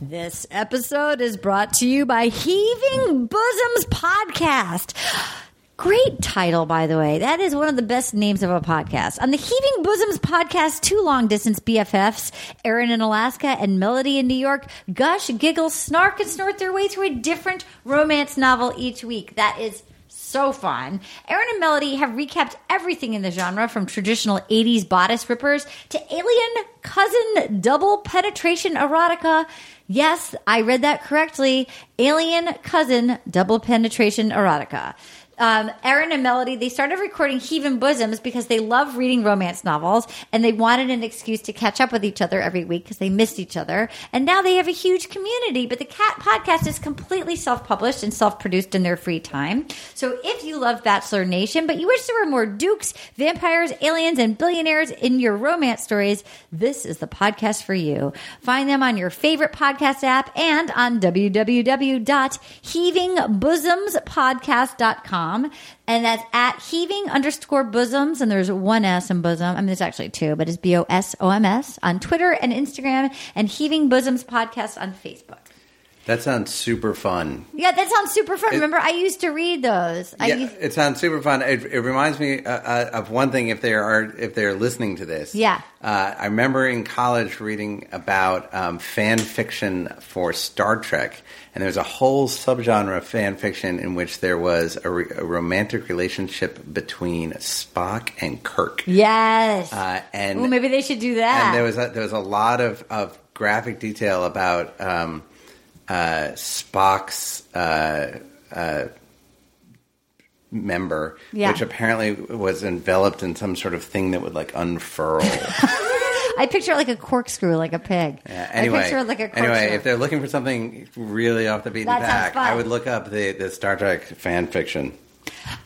This episode is brought to you by Heaving Bosoms Podcast. Great title, by the way. That is one of the best names of a podcast. On the Heaving Bosoms podcast, two long distance BFFs, Erin in Alaska and Melody in New York, gush, giggle, snark, and snort their way through a different romance novel each week. That is so fun. Erin and Melody have recapped everything in the genre from traditional 80s bodice rippers to alien cousin double penetration erotica. Yes, I read that correctly. Alien cousin double penetration erotica. Um, Erin and Melody, they started recording Heaving Bosoms because they love reading romance novels and they wanted an excuse to catch up with each other every week because they missed each other. And now they have a huge community, but the Cat podcast is completely self published and self produced in their free time. So if you love Bachelor Nation, but you wish there were more dukes, vampires, aliens, and billionaires in your romance stories, this is the podcast for you. Find them on your favorite podcast app and on www.heavingbosomspodcast.com. And that's at heaving underscore bosoms. And there's one S in bosom. I mean, there's actually two, but it's B O S O M S on Twitter and Instagram and heaving bosoms podcast on Facebook. That sounds super fun. Yeah, that sounds super fun. Remember, I used to read those. I yeah, used, it sounds super fun. It, it reminds me uh, uh, of one thing. If they are if they are listening to this, Yeah. Uh, I remember in college reading about um, fan fiction for Star Trek, and there's a whole subgenre of fan fiction in which there was a, re- a romantic relationship between Spock and Kirk. yes. Uh, and Ooh, maybe they should do that. and there was a, there was a lot of, of graphic detail about um, uh, Spock's uh, uh, member, Yeah. which apparently was enveloped in some sort of thing that would like unfurl. Yeah, I picture it like a corkscrew, like a pig. anyway, I picture it like a corkscrew. anyway, if they're looking for something really off the beaten That sounds path, I fun. would look up the, the Star Trek fan fiction.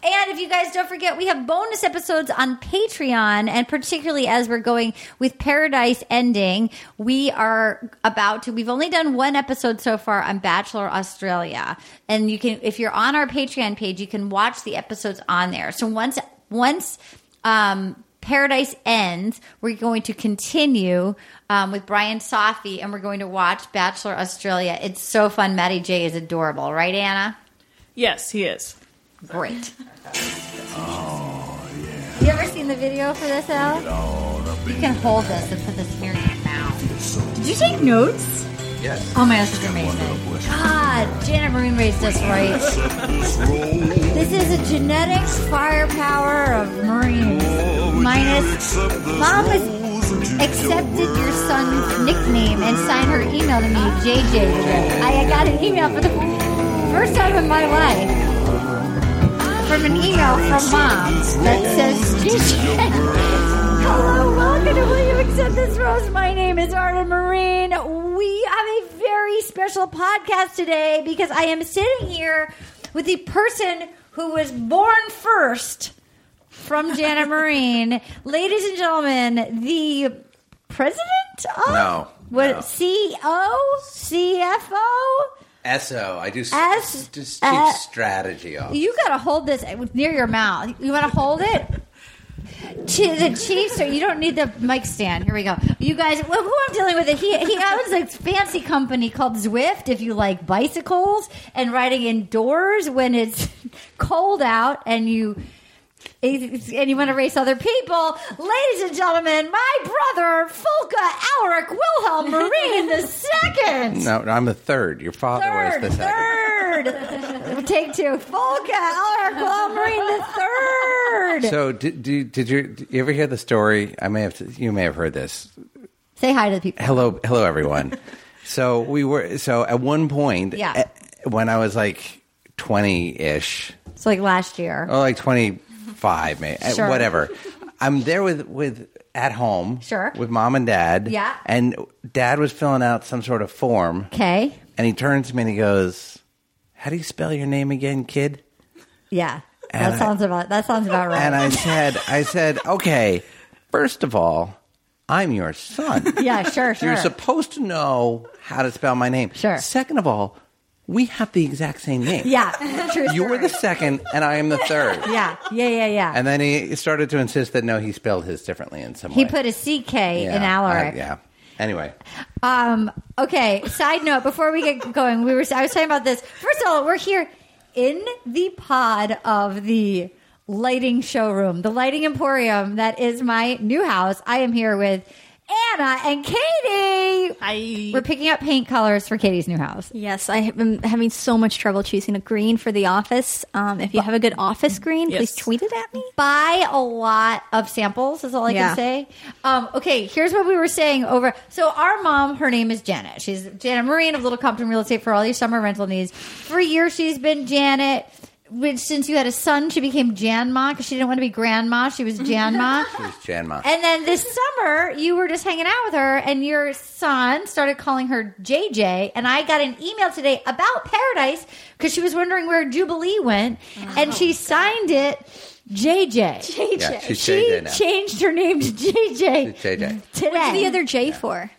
And if you guys don't forget, we have bonus episodes on Patreon, and particularly as we're going with Paradise ending, we are about to. We've only done one episode so far on Bachelor Australia, and you can, if you're on our Patreon page, you can watch the episodes on there. So once once um, Paradise ends, we're going to continue um, with Brian Safi, and we're going to watch Bachelor Australia. It's so fun. Maddie J is adorable, right, Anna? Yes, he is. Great. Oh, yeah. You ever seen the video for this, Al? You can hold this and put this here in your mouth. Did you take notes? Yes. Oh my gosh, it's amazing. God, Janet Maroon raised us right. this is a genetic firepower of Marines. Minus, Mom has accepted your son's nickname and signed her email to me, JJ. I got an email for the first time in my life from an email from mom that says, "JJ, Hello, welcome to Will You Accept This Rose? My name is Arna Marine. We have a very special podcast today because I am sitting here with the person who was born first from Janet Marine. Ladies and gentlemen, the president of No, what E no. CEO? CFO? SO. I do s- S- just chief uh, strategy off. You gotta hold this near your mouth. You wanna hold it? To the Chiefs, so you don't need the mic stand. Here we go. You guys, well, who I'm dealing with? It. He he owns a fancy company called Zwift. If you like bicycles and riding indoors when it's cold out, and you and you want to race other people, ladies and gentlemen, my brother Fulka Alric Wilhelm Marine the second. No, no, I'm the third. Your father Third, was the second. third. Take two. Volga, Alaric, Walmarine the third. So did, did, did you, did you ever hear the story? I may have you may have heard this. Say hi to the people. Hello, hello everyone. so we were so at one point Yeah. eh, when I was like twenty ish, It's like last year. or like twenty five, maybe eh, Sure. whatever. I'm there with with at home, Sure. with mom and dad. Yeah. and dad was filling out some sort of form, Okay. and he turns to me and he goes, "How do you spell your name again, kid?" Yeah. And that I- sounds about that sounds about right. And I said, I said, okay, first of all, I'm your son. yeah, sure, sure. You're supposed to know how to spell my name. Sure. Second of all, we have the exact same name. yeah. True You were story. the second, and I am the third. Yeah. Yeah, yeah, yeah. And then he started to insist that no, he spelled his differently in some he way. put a CK Yeah, in Alaric. I- yeah. Anyway, Um, okay. Side note: Before we get going, we were I was talking about this. First of all, we're here in the pod of the lighting showroom, the lighting emporium that is my new house. I am here with Anna and Katie. I We're picking up paint colors for Katie's new house. Yes, I have been having so much trouble choosing a green for the office. Um, if you have a good office green, Yes. please tweet it at me. buy a lot of samples is all i Yeah. can say um, okay here's what we were saying over so our mom her name is janet she's janet marine of little compton real estate for all your summer rental needs for years she's been janet which since you had a son she became janma because she didn't want to be grandma she was janma it's Janma. and then this summer, you were just hanging out with her, and your son started calling her JJ. And I got an email today about Paradise because she was wondering where Jubilee went, Oh, and she signed it JJ. yeah, she's She JJ now. changed her name to JJ She's JJ. today. What's the other J for?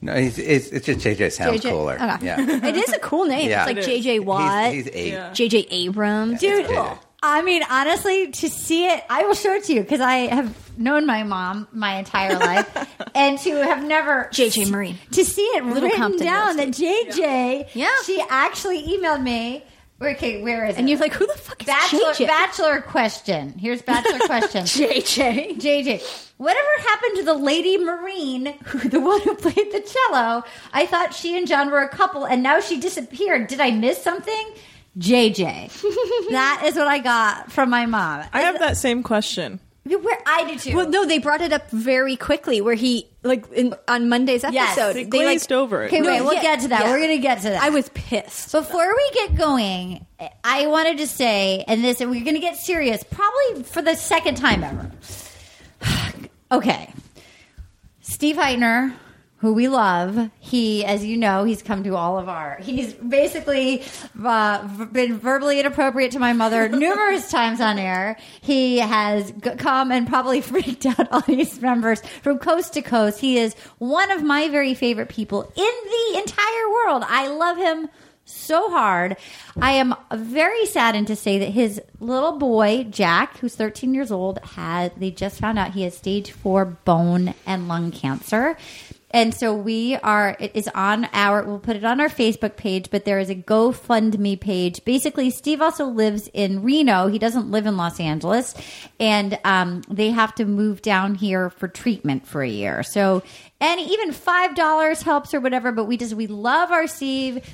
No, it's, it's, it's just JJ sounds JJ. cooler. Okay. Yeah. It is a cool name. Yeah. It's It like is. JJ Watt, He's, he's eight. Yeah. JJ Abrams. dude. It's JJ. I mean, honestly, to see it, I will show it to you because I have known my mom my entire life, and to have never JJ Marine. to see it written Compton down that JJ, Yeah. she actually emailed me. Okay, where is it? And you're like, who the fuck is bachelor, JJ? bachelor question. Here's bachelor question. JJ. JJ, whatever happened to the lady Marine, who the one who played the cello? I thought she and John were a couple, and now she disappeared. Did I miss something? JJ, that is what I got from my mom. I have that same question. Where I do too. Well, no, they brought it up very quickly. Where he like in, on Monday's episode, Yes. They Uh, they like glazed over it. okay, wait, no, we'll yeah, get to that. yeah. We're gonna get to that. I was pissed. Before we get going, I wanted to say, and this, and we're going to get serious, probably for the second time ever. okay. Steve Heitner, who we love, he, as you know, he's come to all of our. He's basically uh, v- been verbally inappropriate to my mother numerous times on air. He has g- come and probably freaked out audience members from coast to coast. He is one of my very favorite people in the entire world. I love him so hard. I am very saddened to say that his little boy, Jack, who's 13 years old, had they just found out he has stage 4 bone and lung cancer. And so we are it is on our we'll put it on our Facebook page, but there is a GoFundMe page. Basically, Steve also lives in Reno. He doesn't live in Los Angeles, and um, they have to move down here for treatment for a year. So, and even five dollars helps or whatever. But we just we love our Steve.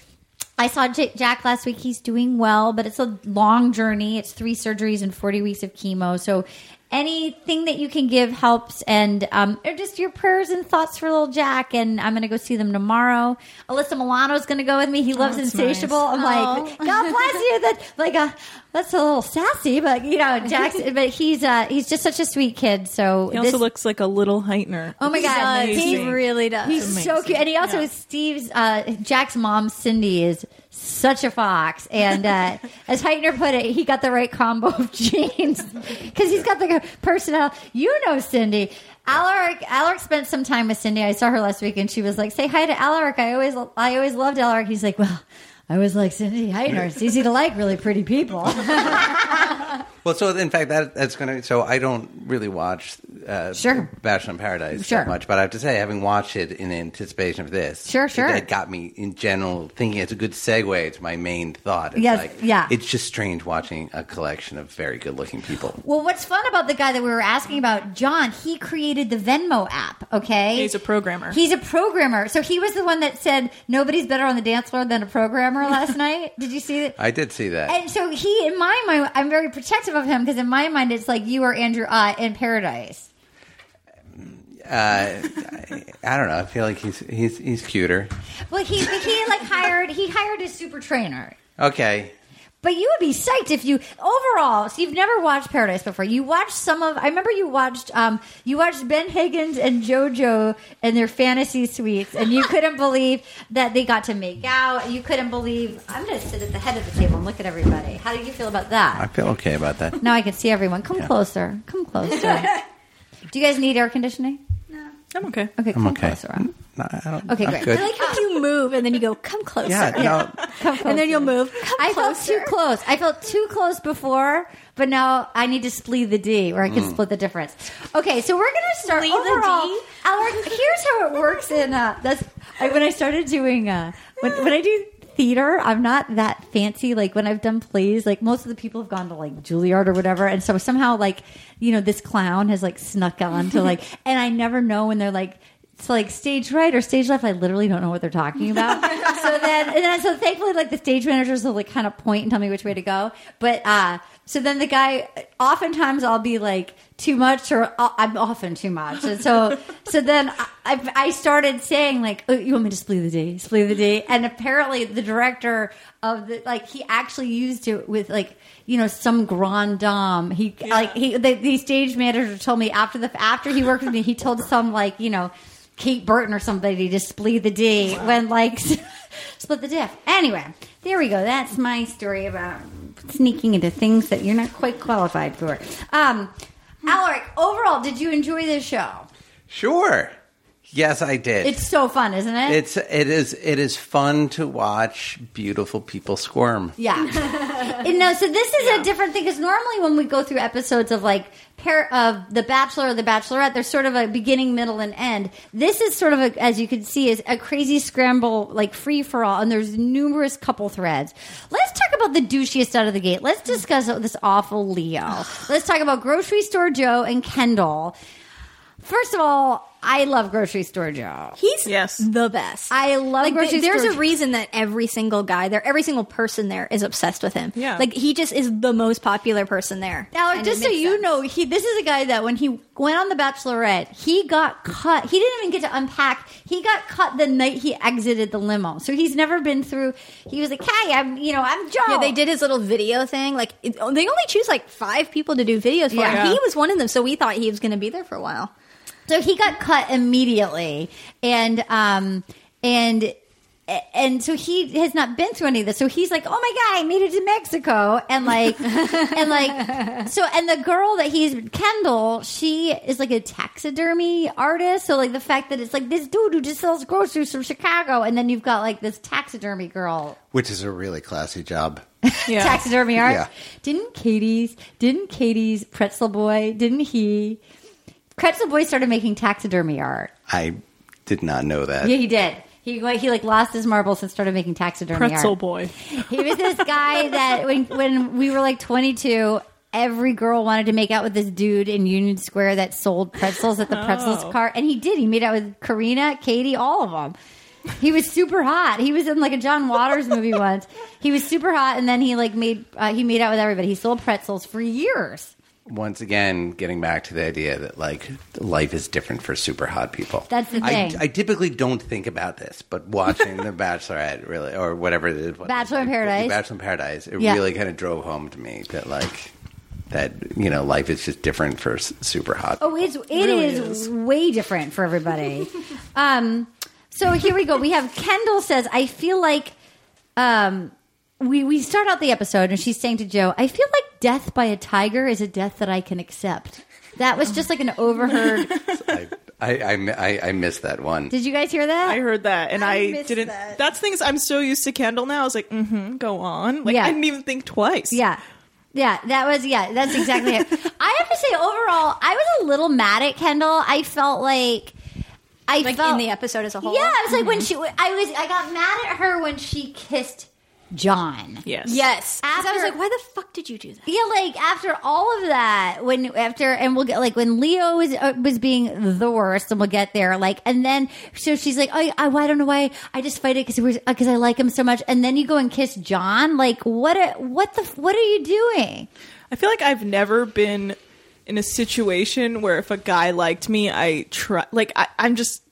I saw J- Jack last week. He's doing well, but it's a long journey. It's three surgeries and 40 weeks of chemo. So anything that you can give helps. And um, or just your prayers and thoughts for little Jack. And I'm going to go see them tomorrow. Alyssa Milano's going to go with me. He loves Oh, that's Oh. Insatiable. I'm like, God bless you. That like a that's a little sassy, but you know, Jack's. but he's uh, he's just such a sweet kid. So He also looks like a little Heitner. Oh my god, does. he Amazing. really does. He's so amazing. cute, and he also Yeah. Steve's uh, Jack's mom, Cindy, is such a fox. And uh, as Heitner put it, he got the right combo of genes because he's got the personnel. You know, Cindy. Alaric, Alaric spent some time with Cindy. I saw her last week, and she was like, "Say hi to Alaric." I always, I always loved Alaric. He's like, "Well, I always like Cindy Heitner. It's easy to like really pretty people." Well, so in fact, that that's going to. So I don't really watch uh, Sure. Bachelor in Paradise Sure. that much, but I have to say, having watched it in anticipation of this, Sure, sure. that got me in general thinking. It's a good segue to my main thought. It's Yes, yeah. It's just strange watching a collection of very good-looking people. well, what's fun about the guy that we were asking about, John? He created the Venmo app. Okay, He's a programmer. He's a programmer. So he was the one that said nobody's better on the dance floor than a programmer last night. Did you see it? I did see that. And so he, in my mind, I'm very protective of him because in my mind, it's like you are Andrew Ott in Paradise. I don't know. I feel like he's he's he's cuter. Well, he he like hired he hired his super trainer. Okay. But you would be psyched if you overall. So you've never watched Paradise before. You watched some of. I remember you watched. Um, you watched Ben Higgins and JoJo and their fantasy suites, and you couldn't believe that they got to make out. You couldn't believe. I'm going to sit at the head of the table and look at everybody. How do you feel about I that? feel okay about that. Now I can see everyone. Come closer. Come closer. do you guys need air conditioning? I'm okay. Okay, I'm come okay. closer. No, I don't, Okay, I'm great. good. I like how you move and then you go, come closer. Yeah, Come And then you'll move. I Come felt closer. too close. I felt too close before, but now I need to split the D, or I can split the difference. Okay, so we're gonna start Split the overall. D? Our, here's how it works. In uh, that's I, when I started doing uh, when when I do theater, I'm not that fancy. Like when I've done plays, like most of the people have gone to like Juilliard or whatever, and so somehow like you know this clown has like snuck on to like, and I never know when they're like. It's like stage right or stage left. I literally don't know what they're talking about. so then, and then, so thankfully, like the stage managers will like kind of point and tell me which way to go. But uh, so then the guy, oftentimes I'll be like too much, or I'll- I'm often too much. And so, so then I, I I started saying like, oh, "You want me to split the D? Split the D?" And apparently, the director of the like he actually used it with like you know some grand dame. He like he the, the stage manager told me after the after he worked with me, he told some like you know. Kate Burton or somebody to split the D when like split the diff. Anyway, there we go. That's my story about sneaking into things that you're not quite qualified for. Um, Alaric, overall, did you enjoy this show? Sure. Yes, I did. It's so fun, isn't it? it's it is it is fun to watch beautiful people squirm. Yeah. And no, so this is a different thing because normally when we go through episodes of like pair of The Bachelor or The Bachelorette, there's sort of a beginning, middle, and end. This is sort of a, as you can see, is a crazy scramble, like free for all, and there's numerous couple threads. Let's talk about the douchiest out of the gate. Let's discuss this awful Leo. Let's talk about grocery store Joe and Kendall. First of all, I love grocery store Joe. He's Yes. the best. I love Like, grocery th- there's store a reason that every single guy there, every single person there is obsessed with him. Yeah. Like he just is the most popular person there. Now, And it just so makes you sense. know, he this is a guy that when he went on The Bachelorette, he got cut. He didn't even get to unpack. He got cut the night he exited the limo. So he's never been through. He was like, "Hi, I'm you know I'm Joe." Yeah, they did his little video thing. Like it, they only choose like five people to do videos for. Yeah. and He was one of them, so we thought he was going to be there for a while. So he got cut immediately, and um and. And so he has not been through any of this. So he's like, "Oh my god, I made it to Mexico!" And like, and like, so and the girl that he's Kendall, she is like a taxidermy artist. So like the fact that it's like this dude who just sells groceries from Chicago, and then you've got like this taxidermy girl Which is a really classy job. Yeah. taxidermy art. Yeah. Didn't Katie's? Didn't Katie's pretzel boy? Didn't he? Pretzel boy started making taxidermy art. I did not know that. Yeah, he did. He went- he like lost his marbles and started making taxidermy Pretzel art. boy. He was this guy that when when we were like 22, every girl wanted to make out with this dude in Union Square that sold pretzels at the pretzels Oh. cart, and he did. He made out with Karina, Katie, all of them. He was super hot. He was in like a John Waters movie once. He was super hot, and then he like made uh, he made out with everybody. He sold pretzels for years. Once again, getting back to the idea that like life is different for super hot people. That's the I- thing. I, typically don't think about this, but watching The Bachelorette really, or whatever it is, what- Bachelor in like, Paradise. Bachelor in Paradise, it Yeah. really kind of drove home to me that like that you know life is just different for s- super hot. Oh, it's it is Really is. way different for everybody. um, so here we go. We have Kendall says, "I feel like." Um, we we start out the episode, and she's saying to Joe, "I feel like death by a tiger is a death that I can accept." That was just like an overheard. I, I, I, I, I missed that one. Did you guys hear that? I heard that and I, missed didn't. that. That's things I'm so used to Kendall now. I was like, mm-hmm, go on. Like Yeah. I didn't even think twice. Yeah. Yeah, that was yeah, that's exactly it. I have to say overall, I was a little mad at Kendall. I felt like I Like felt in the episode as a whole. Yeah, I was like Mm-hmm. when she I was I got mad at her when she kissed John. Yes. Yes. 'Cause I was After- like, why the fuck did you do that? Yeah, like after all of that, when after and we'll get like when Leo was uh, was being the worst, and we'll get there. Like and then so she's like, I I, I don't know why I just fight it because because I like him so much, and then you go and kiss John. Like what a, what the what are you doing? I feel like I've never been in a situation where if a guy liked me, I try. Like I, I'm just.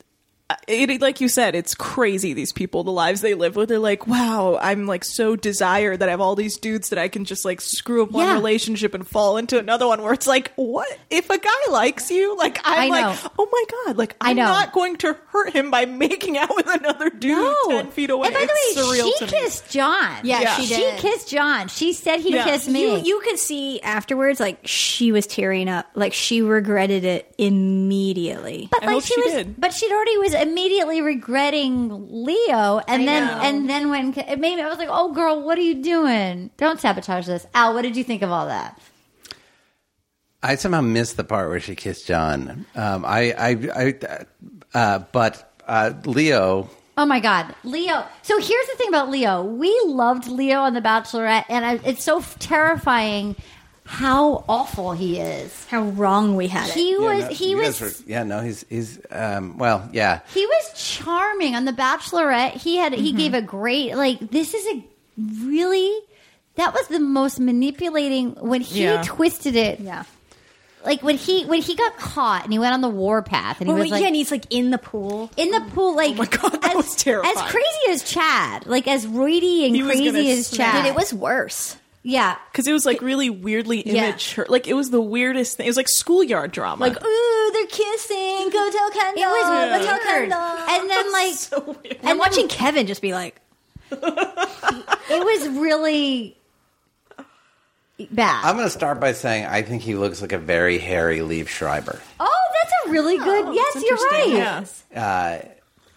It, like you said, it's crazy. These people, the lives they live with, they're like, "Wow, I'm like so desired that I have all these dudes that I can just like screw up one Yeah. relationship and fall into another one." Where it's like, "What if a guy likes you? Like I'm I like, know. oh my god, like I I'm know. not going to hurt him by making out with another dude ten feet away." And by the It's way, surreal she to me. kissed John. Yeah, Yeah. she did. kissed John. She said he Yeah. kissed me. You, you could see afterwards, like she was tearing up, like she regretted it immediately. but I like hope she she was, did. but she'd already was immediately regretting Leo, and I then know. and then when it made me, I was like, "Oh, girl, what are you doing? Don't sabotage this." Al, what did you think of all that? I somehow missed the part where she kissed John. Um, I, I, I, uh, but uh, Leo, Oh my God, Leo! So here's the thing about Leo: we loved Leo on The Bachelorette, and I, it's so terrifying how awful he is. How wrong we had it. He was Yeah, no, he you was guys were- yeah, no, he's he's um, well, yeah. he was charming on The Bachelorette. He had he gave a great like this is a really that was the most manipulating when he Yeah. twisted it. Yeah. Like when he when he got caught and he went on the war path and he Well, was like yeah, and he's like in the pool. in the pool like my God, that as, was terrifying. as crazy as Chad, like as roidy and He was gonna crazy as smash Chad. Dude, it was worse. yeah. because it was like really weirdly Yeah. immature. Like it was the weirdest thing. It was like schoolyard drama. oh, Like, ooh, they're kissing. Go tell Kendall. It was Go tell weird. Kendall. And then like so weird. And watching Kevin just be like, it was really bad. I'm going to start by saying I think he looks like a very hairy Leaf Schreiber. oh, that's a really good. Yes, that's you're right. interesting. Yeah. Uh,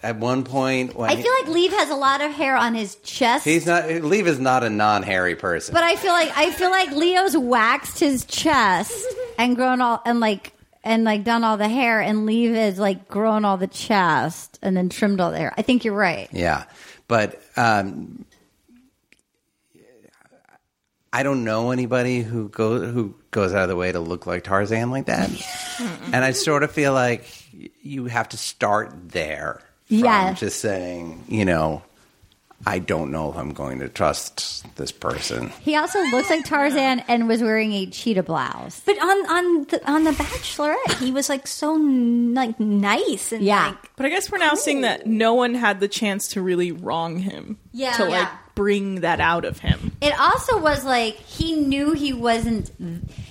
at one point, when I feel like Leave has a lot of hair on his chest. he's not. Leaf is not a non-hairy person. but I feel like I feel like Leo's waxed his chest and grown all and like and like done all the hair and Leave is like grown all the chest and then trimmed all the hair. I think you're right. Yeah, but um, I don't know anybody who goes who goes out of the way to look like Tarzan like that. and I sort of feel like y- you have to start there. from Yeah. just saying, you know, I don't know if I'm going to trust this person. He also looks like Tarzan and was wearing a cheetah blouse. but on on the on the Bachelorette, he was like so n- like nice and Yeah. like But I guess we're now seeing that no one had the chance to really wrong him. Yeah. To like Yeah. bring that out of him. It also was like he knew he wasn't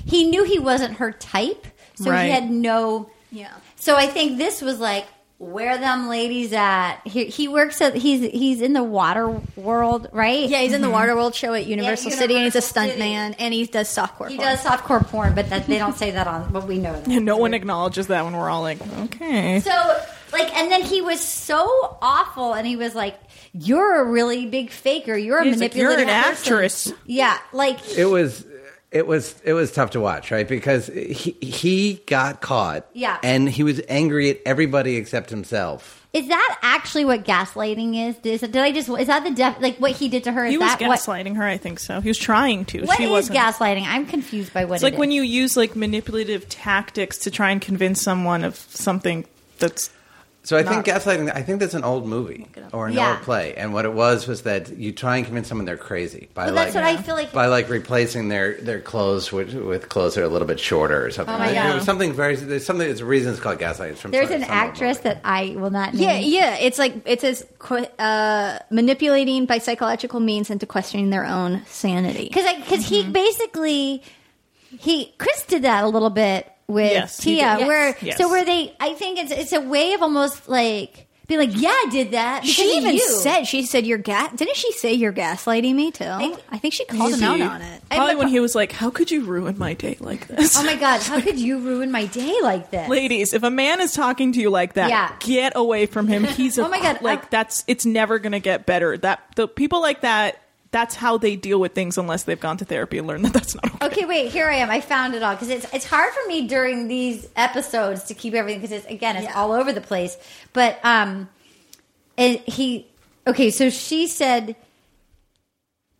he knew he wasn't her type, so he Right. had no yeah. So I think this was like where them ladies at. He, he works at he's he's in the water world, right? Yeah, he's in the Waterworld show at Universal City, and he's a Universal City. stuntman, and he does softcore. he does softcore porn, but that, they don't say that on. But we know that. And no one acknowledges that when we're all like, okay. So like, and then he was so awful, and he was like, "You're a really big faker. You're a He's like, manipulative. You're an person." actress. Yeah, like It was it was it was tough to watch, right? Because he he got caught. Yeah. And he was angry at everybody except himself. is that actually what gaslighting is? Is did I just is that the def, like what he did to her? Is He was that what- gaslighting her, I think so. He was trying to. What she is wasn't. gaslighting? I'm confused by what it's like when you use like manipulative tactics to try and convince someone of something that's So I think Not- gaslighting. I think that's an old movie or an Yeah. old play, and what it was was that you try and convince someone they're crazy by Well, like that's what I feel like- by like replacing their their clothes with, with clothes that are a little bit shorter or something. Oh my Like, God. It was something very. There's something. It's a reason it's called gaslighting. It's from There's some- an some old actress movie. that I will not name. Yeah, yeah. It's like it says qu- uh, manipulating by psychological means into questioning their own sanity. because because he basically he Chris did that a little bit with Yes, he Tia, did. where Yes. so where they I think it's it's a way of almost like being like yeah I did that because she of even you. said she said you're gas. Didn't she say you're gaslighting me too? I, think she called him out on it. Probably when he was like, How could you ruin my day like this? oh my god how could you ruin my day like this Ladies, if a man is talking to you like that, Yeah. get away from him. He's a, Oh my God, like I'm- that's it's never gonna get better. That the people like that, that's how they deal with things unless they've gone to therapy and learned that that's not okay. Okay, wait. Here I am. I found it all because it's it's hard for me during these episodes to keep everything because it's again it's Yeah. all over the place. But um, and he okay. So she said,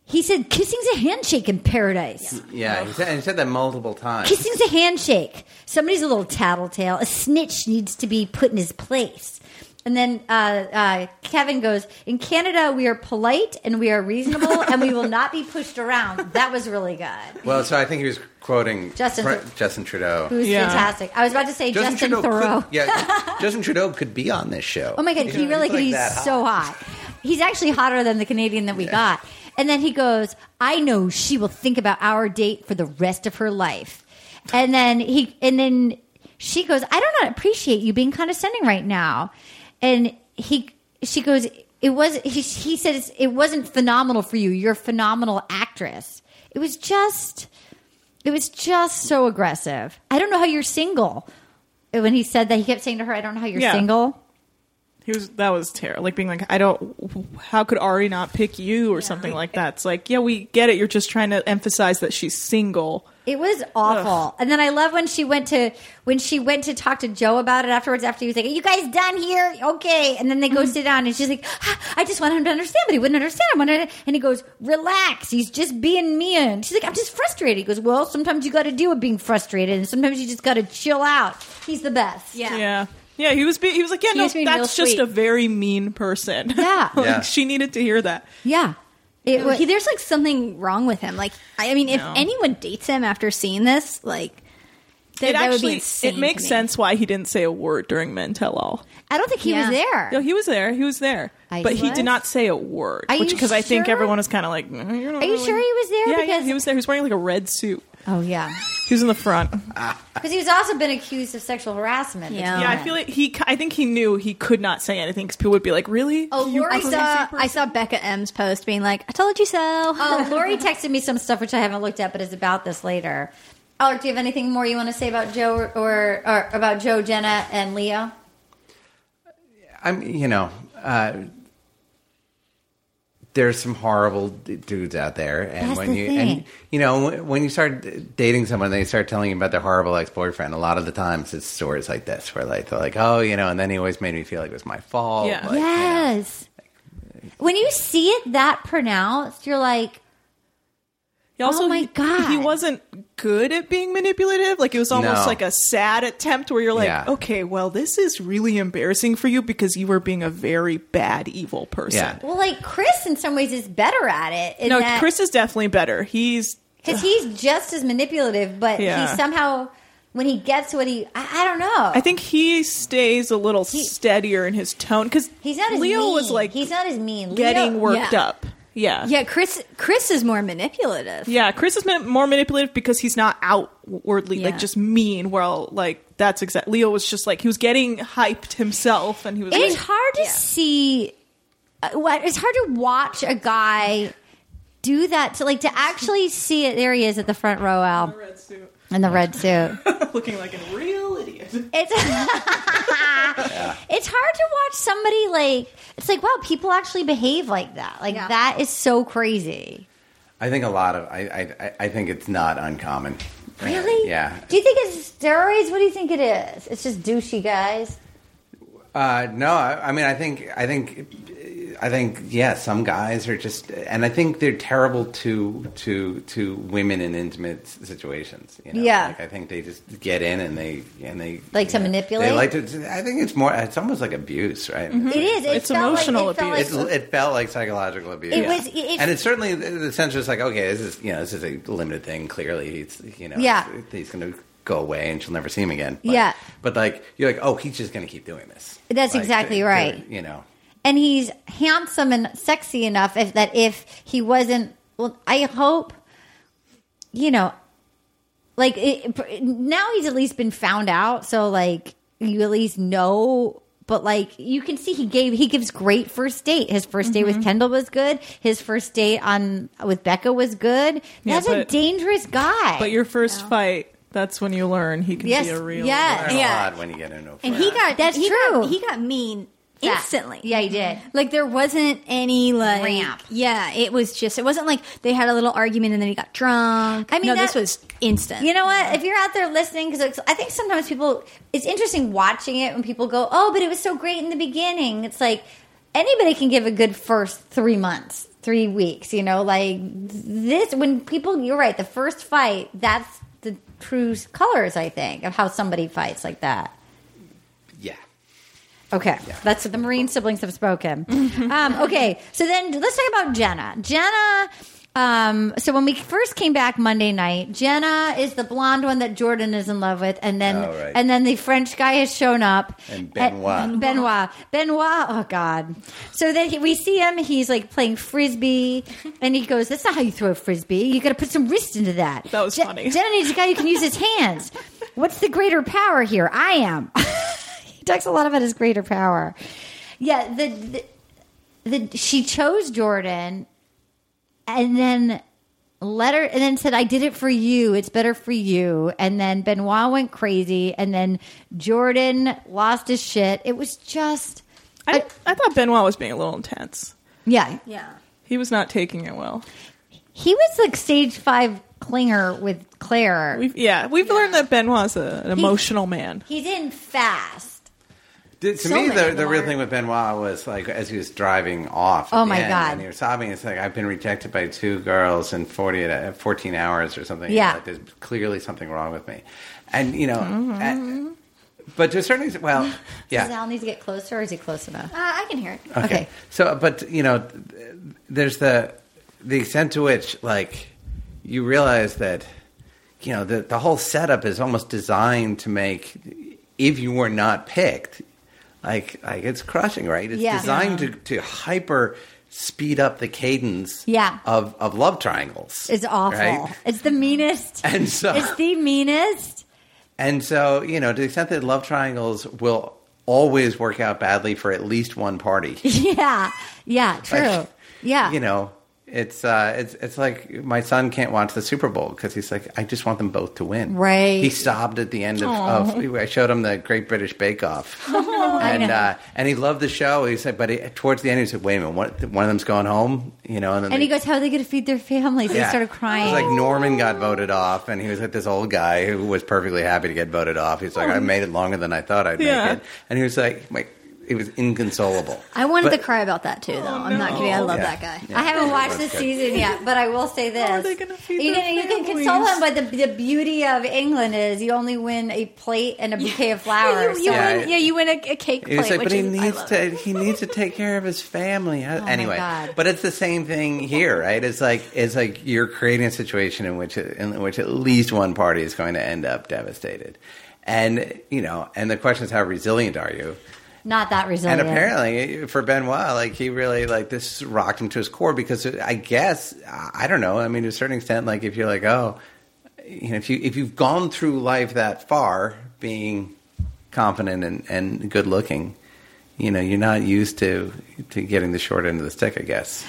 he said, "Kissing's a handshake in paradise. Yeah, he said, and he said that multiple times. Kissing's a handshake. Somebody's a little tattletale. A snitch needs to be put in his place." And then uh, uh, Kevin goes, "In Canada, we are polite and we are reasonable, and we will not be pushed around." That was really good. Well, so I think he was quoting Justin Fra- Tru- Justin Trudeau. Who's Yeah. fantastic. I was about to say Justin, Thoreau. Could, yeah, Justin Trudeau could be on this show. Oh my god, You he know, really like could. He's that hot. so hot. He's actually hotter than the Canadian that we got. And then he goes, "I know she will think about our date for the rest of her life." And then he and then she goes, "I do not appreciate you being condescending right now." And he she goes, "It was he, he says it wasn't phenomenal for you. You're a phenomenal actress. It was just it was just so aggressive. I don't know how you're single." When he said that, he kept saying to her, "I don't know how you're Yeah. single." He was that was terrible. Like being like, I don't. How could Ari not pick you or something like that? It's like, yeah, we get it. You're just trying to emphasize that she's single. It was awful. And then I love when she went to when she went to talk to Joe about it afterwards. After he was like, "Are you guys done here? Okay." And then they Mm-hmm. go sit down, and she's like, "Ah, "I just want him to understand, but he wouldn't understand. I wanted." And he goes, "Relax. He's just being mean." She's like, "I'm just frustrated." He goes, "Well, sometimes you got to deal with being frustrated, and sometimes you just got to chill out." He's the best. Yeah. Yeah. Yeah, he was. Be- he was like, yeah, no, was being real that's just sweet. a very mean person. Yeah. Like, Yeah. she needed to hear that. yeah. It was. He- there's like something wrong with him. Like, I, I mean, if No. anyone dates him after seeing this, like, that, it that would be actually insane it makes to me. sense why he didn't say a word during Men Tell All. I don't think he was Yeah. there. No, he was there. He was there, I- but He he was? did not say a word. Are which you because I think sure? everyone was kind of like, "Mm, you're not Are you really-" sure he was there? Yeah, yeah, because he was there. He was wearing like a red suit. oh yeah, He was in the front. because he's also been accused of sexual harassment. Yeah. Yeah, I feel like he. I think he knew he could not say anything because people would be like, "Really? Oh, You Lori I crazy saw person?" I saw Becca M's post being like, "I told you so." Uh, Lori texted me some stuff which I haven't looked at, but is about this later. Alec, do you have anything more you want to say about Joe or, or, or about Joe, Jenna, and Leo? I'm, you know, uh, there's some horrible d- dudes out there, and That's when the you, thing. and you know, wh- when you start dating someone, they start telling you about their horrible ex-boyfriend. A lot of the times, it's stories like this where like they're like, oh, you know, and then he always made me feel like it was my fault. Yeah. like, you know. yes. When you see it that pronounced, you're like, He also, Oh my he- God. he wasn't good at being manipulative. Like it was almost No. like a sad attempt where you're like, Yeah. okay, well, this is really embarrassing for you because you were being a very bad, evil person. Yeah. well, like Chris in some ways is better at it. in No, that- Chris is definitely better. He's because he's just as manipulative, but Yeah. he somehow when he gets what he, I, I don't know. I think he stays a little steadier in his tone because he's not as Leo mean. was like he's not as mean. getting Leo, worked yeah. up. Yeah. yeah, Chris Chris is more manipulative. Yeah, Chris is man- more manipulative because he's not outwardly Yeah. like just mean. Well, like that's exact. Leo was just like he was getting hyped himself, and he was. It like, is hard to see. uh, What it's hard to watch a guy do that to like to actually see it. There he is at the front row, Al, red suit, in the red suit. looking like a real idiot. It's it's hard to watch somebody like it's like wow, people actually behave like that. Like Yeah. that is so crazy. I think a lot of I, I- I I think it's not uncommon. Really? Yeah. Do you think it's steroids? What do you think it is? It's just douchey guys. Uh, no, I, I mean, I think, I think, I think, yeah, some guys are just, and I think they're terrible to to to women in intimate s- situations. You know? Yeah. like, I think they just get in and they and they Like to yeah, manipulate? Mm-hmm. They like to. I think it's more. It's almost like abuse, It right? is. It It's felt like- emotional it felt abuse. like- It, it felt like psychological abuse. It was- it- and it's certainly the the sense it's like, okay, this is you know, this is a limited thing. Clearly, he's you know, Yeah. he's going to go away and she'll never see him again. But, Yeah. but like you're like, oh, he's just going to keep doing this. That's Like, exactly to- to- right. You know, and he's handsome and sexy enough if that if he wasn't well i hope you know like it, now he's at least been found out so like you at least know but like you can see he gave he gives great first date his 1st date Mm-hmm. with kendall was good his first date on with becca was good Yeah, that's a but- dangerous guy But your first fight, that's when you learn he can yes be a real. yes learn Yeah. a lot when you get into a fight. and he got That's he true. Got, he got mean That- instantly. yeah he did Like there wasn't any like Ramp. Yeah, it was just it wasn't like they had a little argument and then he got drunk. I mean, no, that- this was instant. You know what? If you're out there listening, because I think sometimes people, it's interesting watching it when people go, "Oh, but it was so great in the beginning." It's like anybody can give a good first three months, three weeks. You know, like this when people, you're right. The first fight, that's the true colors, I think, of how somebody fights like that. yeah. Okay, that's the Marine siblings have spoken. um, okay, so then let's talk about Jenna. Jenna. Um, so when we first came back Monday night, Jenna is the blonde one that Jordan is in love with, and then Oh, right. and then the French guy has shown up, And Benoit. And Benoit, Benoit. Oh God! So then he, we see him. He's like playing frisbee, and he goes, "That's not how you throw a frisbee. You got to put some wrist into that." That was Je- funny. Jenna needs a guy who can use his hands. What's the greater power here? I am. he talks a lot about his greater power. Yeah, the, the the she chose Jordan, and then let her, and then said, "I did it for you. It's better for you." And then Benoit went crazy, and then Jordan lost his shit. It was just. I, I thought Benoit was being a little intense. Yeah. Yeah. He was not taking it well. He was like stage five clinger with Claire. We've, yeah, we've learned that Benoit's a, an emotional man. He's in fast. Did, to So me, the, many the real are. thing with Benoit was like as he was driving off. at Oh, the my end, God. And he was sobbing. It's like I've been rejected by two girls in 40, uh, 14 hours or something. Yeah. Like, there's clearly something wrong with me, and you know, Mm-hmm. and- but to a certain extent, well, yeah. Does Al need to get closer or is he close enough? Uh, I can hear it. Okay. Okay. So, but you know, th- there's the the extent to which like you realize that you know the the whole setup is almost designed to make if you were not picked, like like it's crushing, right? It's Yeah. designed to to hyper speed up the cadence Yeah. of of love triangles. It's awful. right? It's the meanest. And so It's the meanest. and so, you know, to the extent that love triangles will always work out badly for at least one party. Yeah. Yeah. True. Like, yeah. you know it's uh it's it's like my son can't watch the super bowl because he's like i just want them both to win Right. he sobbed at the end of, of i showed him the great british bake off and uh and he loved the show he said but he, towards the end he said wait a minute what, one of them's going home you know and then and they- he goes, "How are they going to feed their families?" He yeah. started crying. It was like Norman got voted off, and he was like this old guy who was perfectly happy to get voted off. He's like, I made it longer than I thought I'd Yeah. make it, and he was like, like he was inconsolable. I wanted But- to cry about that too, though. Oh, I'm not kidding. I love Yeah. that guy. Yeah. I haven't watched this That's good. season yet, but I will say this: are they gonna feed you, their know, you can families? console him, but the, the beauty of England is you only win a plate and a bouquet of flowers. You, you so- Yeah. win, yeah, you win a, a cake He plate. was like, which but he is, I needs love to it. Oh he needs to take care of his family. I- anyway, God. but it's the same thing here, right? It's like it's like you're creating a situation in which in which at least one party is going to end up devastated, and you know, and the question is how resilient are you? not that And resilient. apparently, for Benoit, like he really like this rocked him to his core because I guess I I don't know. I mean, to a certain extent, like if you're like, oh, you know, if you if you've gone through life that far, being confident and, and good looking, you know, you're not used to to getting the short end of the stick. I guess.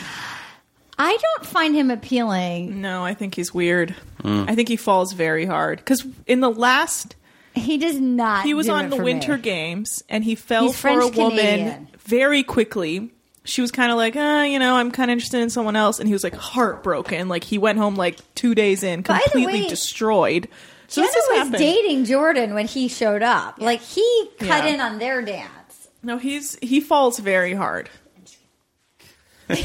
I don't find him appealing. No, I think he's weird. I think he falls very hard because in the last He does not. he was do on it the for Winter me. Games and he fell He's for a woman French-Canadian. very quickly. She was kind of like, uh, you know, I'm kind of interested in someone else, and he was like heartbroken. Like he went home like two days in, By the completely way, destroyed. So Jenna this has was happened. dating Jordan when he showed up. Like he cut Yeah. in on their dance. no, he's he falls very hard. Is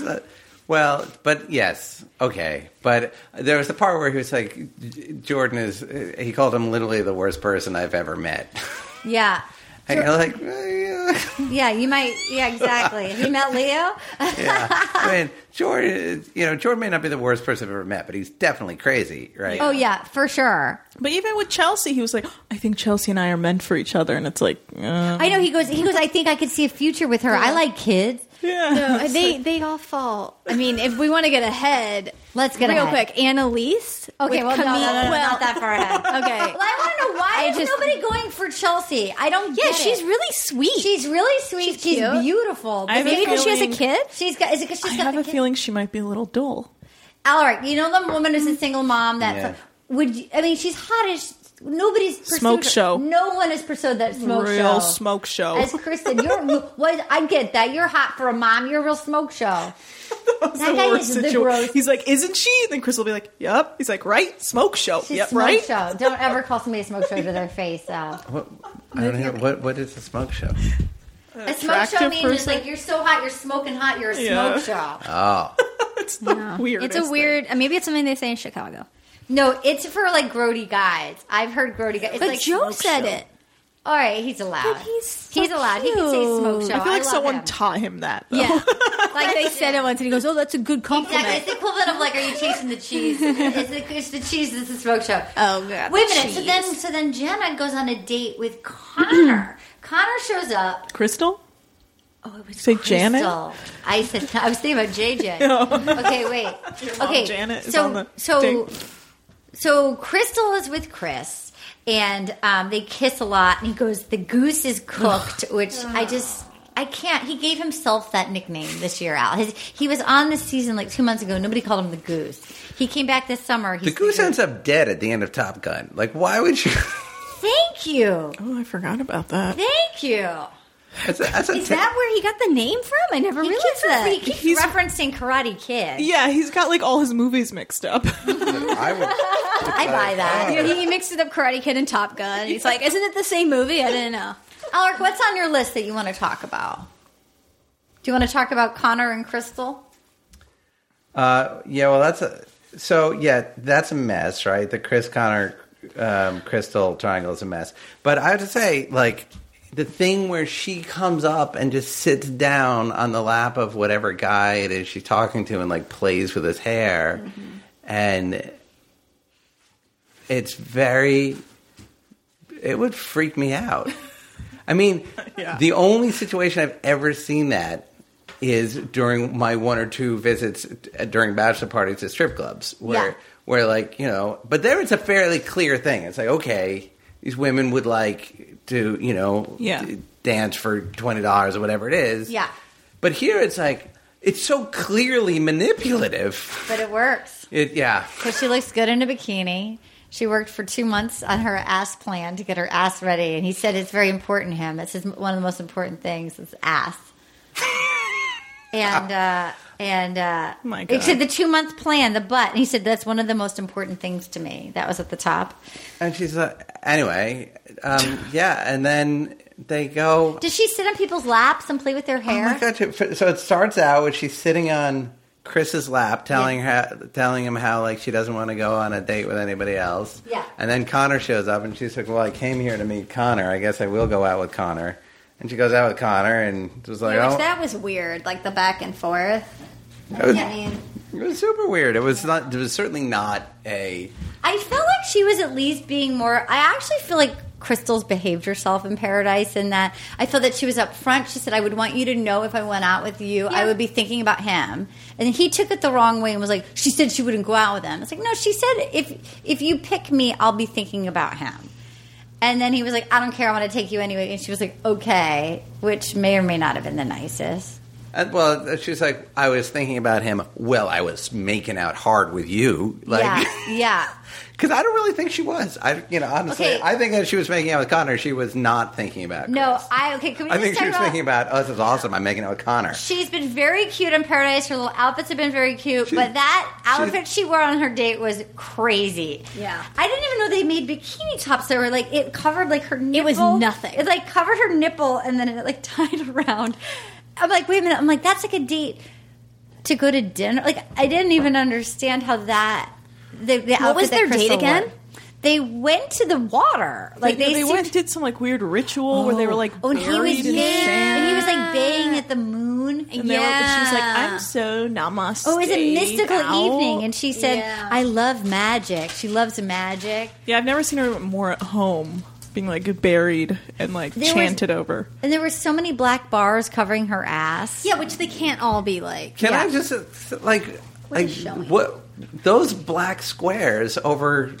that- Well, but yes, okay. But there was the part where he was like, J- Jordan is, he called him literally the worst person I've ever met. Yeah. And you're like, "Well, yeah." Yeah, you might. Yeah, exactly. He met Leo. yeah. I mean, Jordan, is- you know, Jordan may not be the worst person I've ever met, but he's definitely crazy, right? Oh yeah, for sure. But even with Chelsea, he was like, I think Chelsea and I are meant for each other, and it's like, uh, I know he goes. He goes. I think I could see a future with her. I like kids. yeah. No, they they all fall. I mean, if we want to get ahead, Let's get real ahead. quick. Annalise. Okay, well, with no, no, no, Camille- no, no, well, not that far ahead. Okay. Well, I want to know why I is just- nobody going for Chelsea? I don't. Yeah, get it. she's really sweet. she's really sweet. She's, She's cute. beautiful. I have a Maybe because she has a feeling- kid. She's got. Is it because she's I got have the a kid? feeling she might be a little dull. Alric, you know the woman who's a single mom that Yeah. would. You, I mean, she's hot as nobody's pursued Smoke her. show. No one has pursued that smoke show. Real smoke show. As Kristen, you're you- what I get that you're hot for a mom. You're a real smoke show. that the guy worst is the situa- gross. He's like, isn't she? And then Chris will be like, yep. He's like, right? Smoke show. She's yep, smoke right? show. Don't ever call somebody a smoke show to their face. though. What, I don't know. What, what is a smoke show? A smoke show Attractive means it's person. like you're so hot, you're smoking hot, you're a Yeah. smoke show. Oh. It's the weirdest. It's a weird. uh, Maybe it's something they say in Chicago. No, it's for like grody guys. I've heard grody guys. It's But like Joe smoke said show. it. All right, he's allowed. But he's so he's allowed. He can say smoke show. cute. I feel like love someone him. taught him that. Though. Yeah, like they said it once, and he goes, "Oh, that's a good compliment." Exactly. It's the equivalent of like, are you chasing the cheese? it's, the, it's the cheese. It's the smoke show. Oh, God, Wait a the minute. So then, so then Jenna goes on a date with Connor. Connor shows up. Crystal? Oh, it was Say Janet? Crystal. I said I was thinking about JJ. Okay, wait. mom, okay, Janet, is so on the so date. so Crystal is with Chris, and um, they kiss a lot. And he goes, "The goose is cooked," which I just. I can't. He gave himself that nickname this year, Al. His, he was on this season like two months ago. Nobody called him the goose. He came back this summer. He's The goose ends up dead at the end of Top Gun. Like, why would you? Thank you. Oh, I forgot about that. Thank you. That's a, that's a Is ta- that where he got the name from? I never He realized keeps, that. re- he keeps He's- referencing Karate Kid. Yeah, he's got like all his movies mixed up. I would. Oh, I buy that. Yeah, he mixed it up Karate Kid and Top Gun. He's like, isn't it the same movie? I didn't know. Alec, what's on your list that you want to talk about? Do you want to talk about Connor and Crystal? Uh, yeah, well, that's a so yeah, that's a mess, right? The Chris Connor um, crystal triangle is a mess. But I have to say, like the thing where she comes up and just sits down on the lap of whatever guy it is she's talking to and like plays with his hair, and it's very. It would freak me out. I mean, Yeah. the only situation I've ever seen that is during my one or two visits uh, during bachelor parties to strip clubs, where Yeah. where like you know, but there it's a fairly clear thing. It's like okay, these women would like to you know Yeah. d- dance for twenty dollars or whatever it is. Yeah. but here it's like it's so clearly manipulative. But it works. It yeah. Because she looks good in a bikini. She worked for two months on her ass plan to get her ass ready. And he said it's very important to him. It's his, one of the most important things is ass. and, uh, and, uh, My he God. said the two month plan, the butt. And he said that's one of the most important things to me. That was at the top. And she's like, anyway, um, yeah, and then they go. Does she sit on people's laps and play with their hair? Oh my God, too. So it starts out with she's sitting on Chris's lap, telling her, telling him how like she doesn't want to go on a date with anybody else. Yeah. And then Connor shows up, and she's like, "Well, I came here to meet Connor. I guess I will go out with Connor." And she goes out with Connor, and was like, Yeah, "Oh, which that was weird, like the back and forth. That was- I mean, it was super weird. It was not. It was certainly not a." I felt like she was at least being more. I actually feel like Crystal's behaved herself in paradise in that I feel that she was up front. She said, I would want you to know if I went out with you, I would be thinking about him. And he took it the wrong way and was like, She said she wouldn't go out with him. It's like, No, she said, If, if you pick me, I'll be thinking about him. And then he was like, I don't care. I want to take you anyway. And she was like, Okay, which may or may not have been the nicest. And, well, she's like, "I was thinking about him. Well, I was making out hard with you, like." yeah. Yeah. Because I don't really think she was. I, you know, honestly, Okay. I think that she was making out with Connor. She was not thinking about. No, Chris. I, okay, can we I just think talk she was about- thinking about us. It's awesome. I'm making out with Connor. She's been very cute in Paradise. Her little outfits have been very cute, She- but that outfit she wore on her date was crazy. Yeah. I didn't even know they made bikini tops that were like it covered like her nipple. was nothing. It like covered her nipple and then it like tied around. I'm like, wait a minute. I'm like, that's like a date to go to dinner. Like, I didn't even understand how that the, the outfit was that their date Crystal again? wore. They went to the water. Like Yeah, they, they seemed went did some like weird ritual where they were like Oh, and buried he was in yeah, sand. and he was like baying at the moon. And they were- and she was like, Yeah. "I'm so namaste." Oh, it was a mystical owl." evening, and she said, Yeah. "I love magic. She loves magic." yeah, I've never seen her more at home, being like buried and like There was- chanted over. And there were so many black bars covering her ass. yeah, which they can't all be like. Can Yeah. I just uh, like What like is showing? what those black squares over?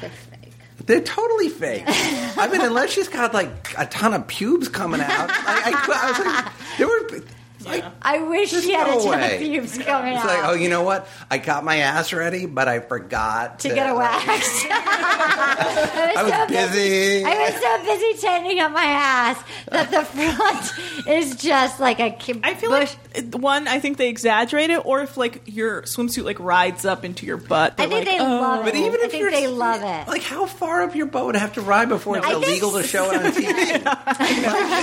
They're fake. They're totally fake. I mean, unless she's got like a ton of pubes coming out. I, I, cou- I was like, there were. Like, I wish There's she had no a ton way. of pubes coming It's out like, oh, you know what? I got my ass ready, but I forgot to get a wax. I I was so was busy. busy. I was so busy tightening up my ass that the front is just like a ki- I feel bush. like uh, one, I think they exaggerate it, or if like your swimsuit like rides up into your butt. I they're think like, they "Oh." love it. But even I if think you're, they love it. Like, how far up your boat would have to ride before it's I think- illegal to show it on TV?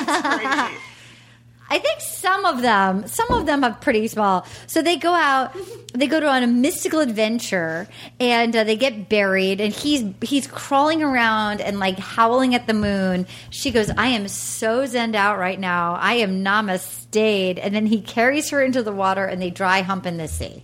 I think some of them, some of them are pretty small. So they go out, they go to on a mystical adventure, and uh, they get buried. And he's he's crawling around and like howling at the moon. She goes, "I am so zenned out right now. I am namaste." And then he carries her into the water, and they dry hump in the sea.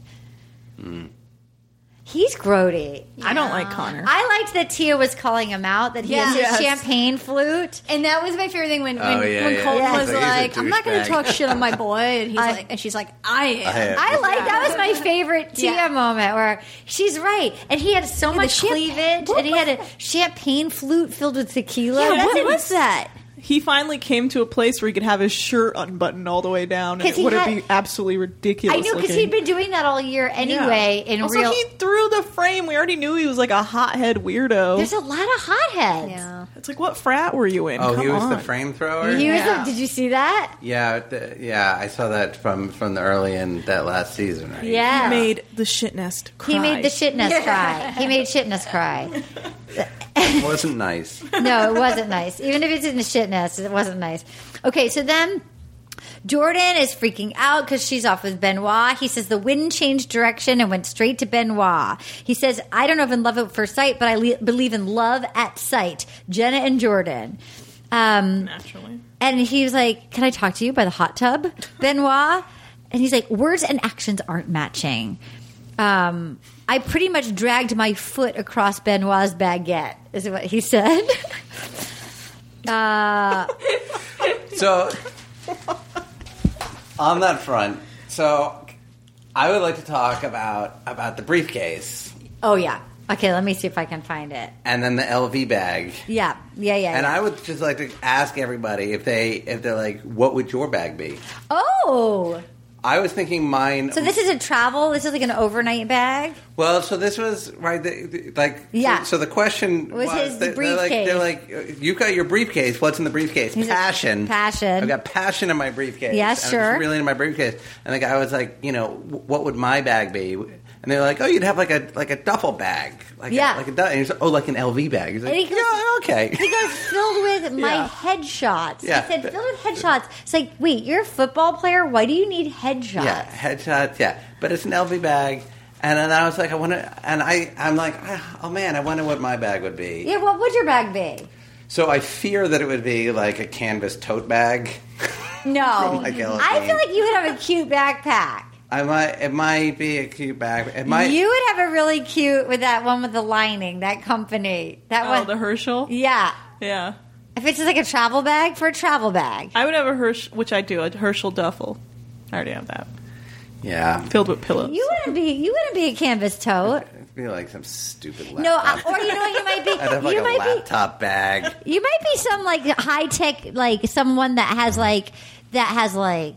He's grody. I don't like Connor. I liked that Tia was calling him out that he has Yes. his champagne flute. And that was my favorite thing when when, Oh, yeah, when yeah, Colton yeah. was He's a like, "I'm not going douchebag. to talk shit on my boy," and he's I- like, and she's like, "I am." I am. I like that was my favorite Tia Yeah. moment where she's right, and he had so much champagne- cleavage, what and he was had a champagne flute filled with tequila. Yeah, That's what in- was that? He finally came to a place where he could have his shirt unbuttoned all the way down, and 'Cause it he would had- be absolutely ridiculous. I knew because looking. he'd been doing that all year anyway. Yeah. In also, real, he threw the frame. We already knew he was like a hothead weirdo. there's a lot of hotheads. Yeah. it's like, what frat were you in? Oh, Come he was on. the frame thrower. He was Yeah. a- did you see that? yeah, th- yeah. I saw that from from the early in that last season, right? Yeah. He made the shit nest. Cry. He made the shitness cry. He made shitness cry. it wasn't nice. No, it wasn't nice. Even if it's in the shit nest, it wasn't nice. Okay, so then Jordan is freaking out because she's off with Benoit. He says the wind changed direction and went straight to Benoit. He says, I don't know if in love at first sight, but I le- believe in love at sight. Jenna and Jordan. Um, Naturally. and he was like, Can I talk to you by the hot tub, Benoit? And he's like, Words and actions aren't matching. Um, I pretty much dragged my foot across Benoit's baguette, is what he said. So, on that front, so I would like to talk about about the briefcase oh, yeah. Okay, let me see if I can find it. and then the LV bag. Yeah, yeah, yeah. And yeah. I would just like to ask everybody if they if they're like, what would your bag be? oh, I was thinking mine. so this is a travel, this is like an overnight bag. well, so this was right, the, the- like Yeah. So, so the question Was his they- They're like, they're like, you've got your briefcase. What's in the briefcase? He's like, passion, "Passion." I've got passion in my briefcase. Yeah, And I'm just sure. really in my briefcase. And the guy was like, you know, "Wh- what would my bag be? And they're like, oh, you'd have like a like a duffel bag, like Yeah. a, like a du- and he's like, oh, like an LV bag. He's like, And he goes- yeah, okay. He goes filled with my Yeah. headshots. Yeah. He said filled with headshots. It's like, wait, you're a football player. Why do you need headshots? Yeah, headshots. Yeah, but it's an LV bag, and then I was like, I want to, and I, I'm like, ah, oh man, I wonder what my bag would be. Yeah, what would your bag be? So I fear that it would be like a canvas tote bag. No, From like Ella I Jane. feel like you would have a cute backpack. I might, it might be a cute bag. It might. you would have a really cute with that one with the lining. That company. That Oh, one. the Herschel. yeah. Yeah, If it's just like a travel bag for a travel bag. I would have a Herschel, which I do, a Herschel duffel. I already have that yeah, filled with pillows. You wouldn't be. You wouldn't be a canvas tote. it'd be like some stupid laptop. No, I- or you know what you might be. I'd have like you a might be. laptop bag. You might be some like high tech, like someone that has like that has like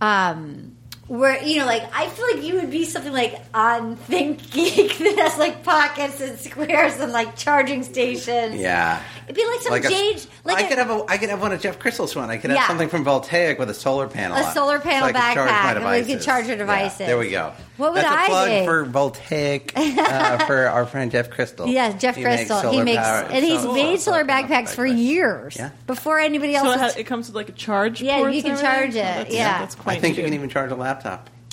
um where you know like I feel like you would be something like on Think Geek that has like pockets and squares and like charging stations. Yeah. it'd be like some Like a- jade. Like I a- could have a I could have one of Jeff Crystal's one. I could have Yeah. something from Voltaic with a solar panel. A on it, solar so panel I could charge my backpack, and we could devices. charge your Yeah, devices. there we go. What would That's I a plug be? for Voltaic uh, for our friend Jeff Crystal. yeah, Jeff He makes Crystal. he solar makes power- and he's sol- made solar panel backpacks for years Yeah. before anybody else. so it, was- ha- it comes with like a charge. Yeah, port you can and charge everything? it, Oh, that's- yeah. that's quite. I think you cute. can even charge a laptop.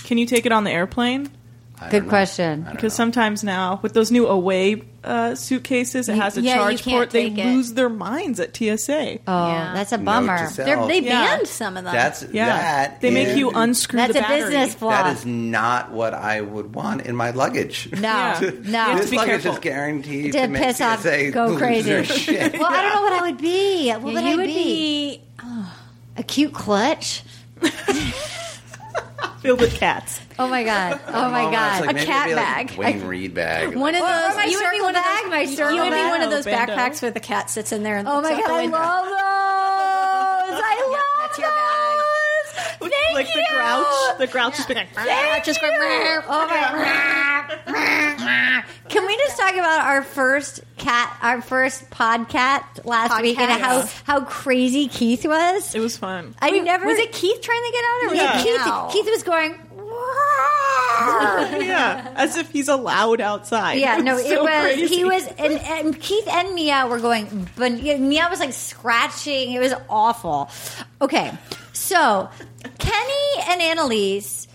Can you take it on the airplane? I Good don't know. question. I don't Because know. sometimes now with those new away uh, suitcases, it You- has a yeah, you charge can't port. They take it. lose their minds at TSA. oh, Yeah. that's a Note to bummer. self. They're- they Yeah. banned some of them. that's yeah, that they make is- you unscrew That's the a battery. business flaw. That is not what I would want in my luggage. No, Yeah. no. You have to this be luggage careful. is guaranteed To to, make piss off- TSA go lose crazy. Oh their shit. Well, I don't know what I would be. What would you I would be? be A cute clutch. Filled with cats. Oh my god. Oh Oh, my it's like god. maybe cat it'd be like bag. Wayne Reed bag. one of Or- or those. my you would be circle one of bag, those, my circle You would be bag. one of those Oh, bando. backpacks with the cat sits in there. And Oh my looks god. out I the window. love those. I Yep, love that's your bag. those. With, Thank like you. the grouch. The grouch is being like, Thank Just you. going, "Meow." Oh Oh my. Can we just talk about our first cat, our first podcast last week, and Podcast. how how crazy Keith was? it was fun. I never Was it Keith trying to get out, or was Yeah. it Keith, Meow? Keith was going. "Wow." yeah, as if he's allowed outside. Yeah, no, it so was crazy. he was and, and Keith and Mia were going, but Mia was like scratching. It was awful. Okay, so Kenny and Annalise.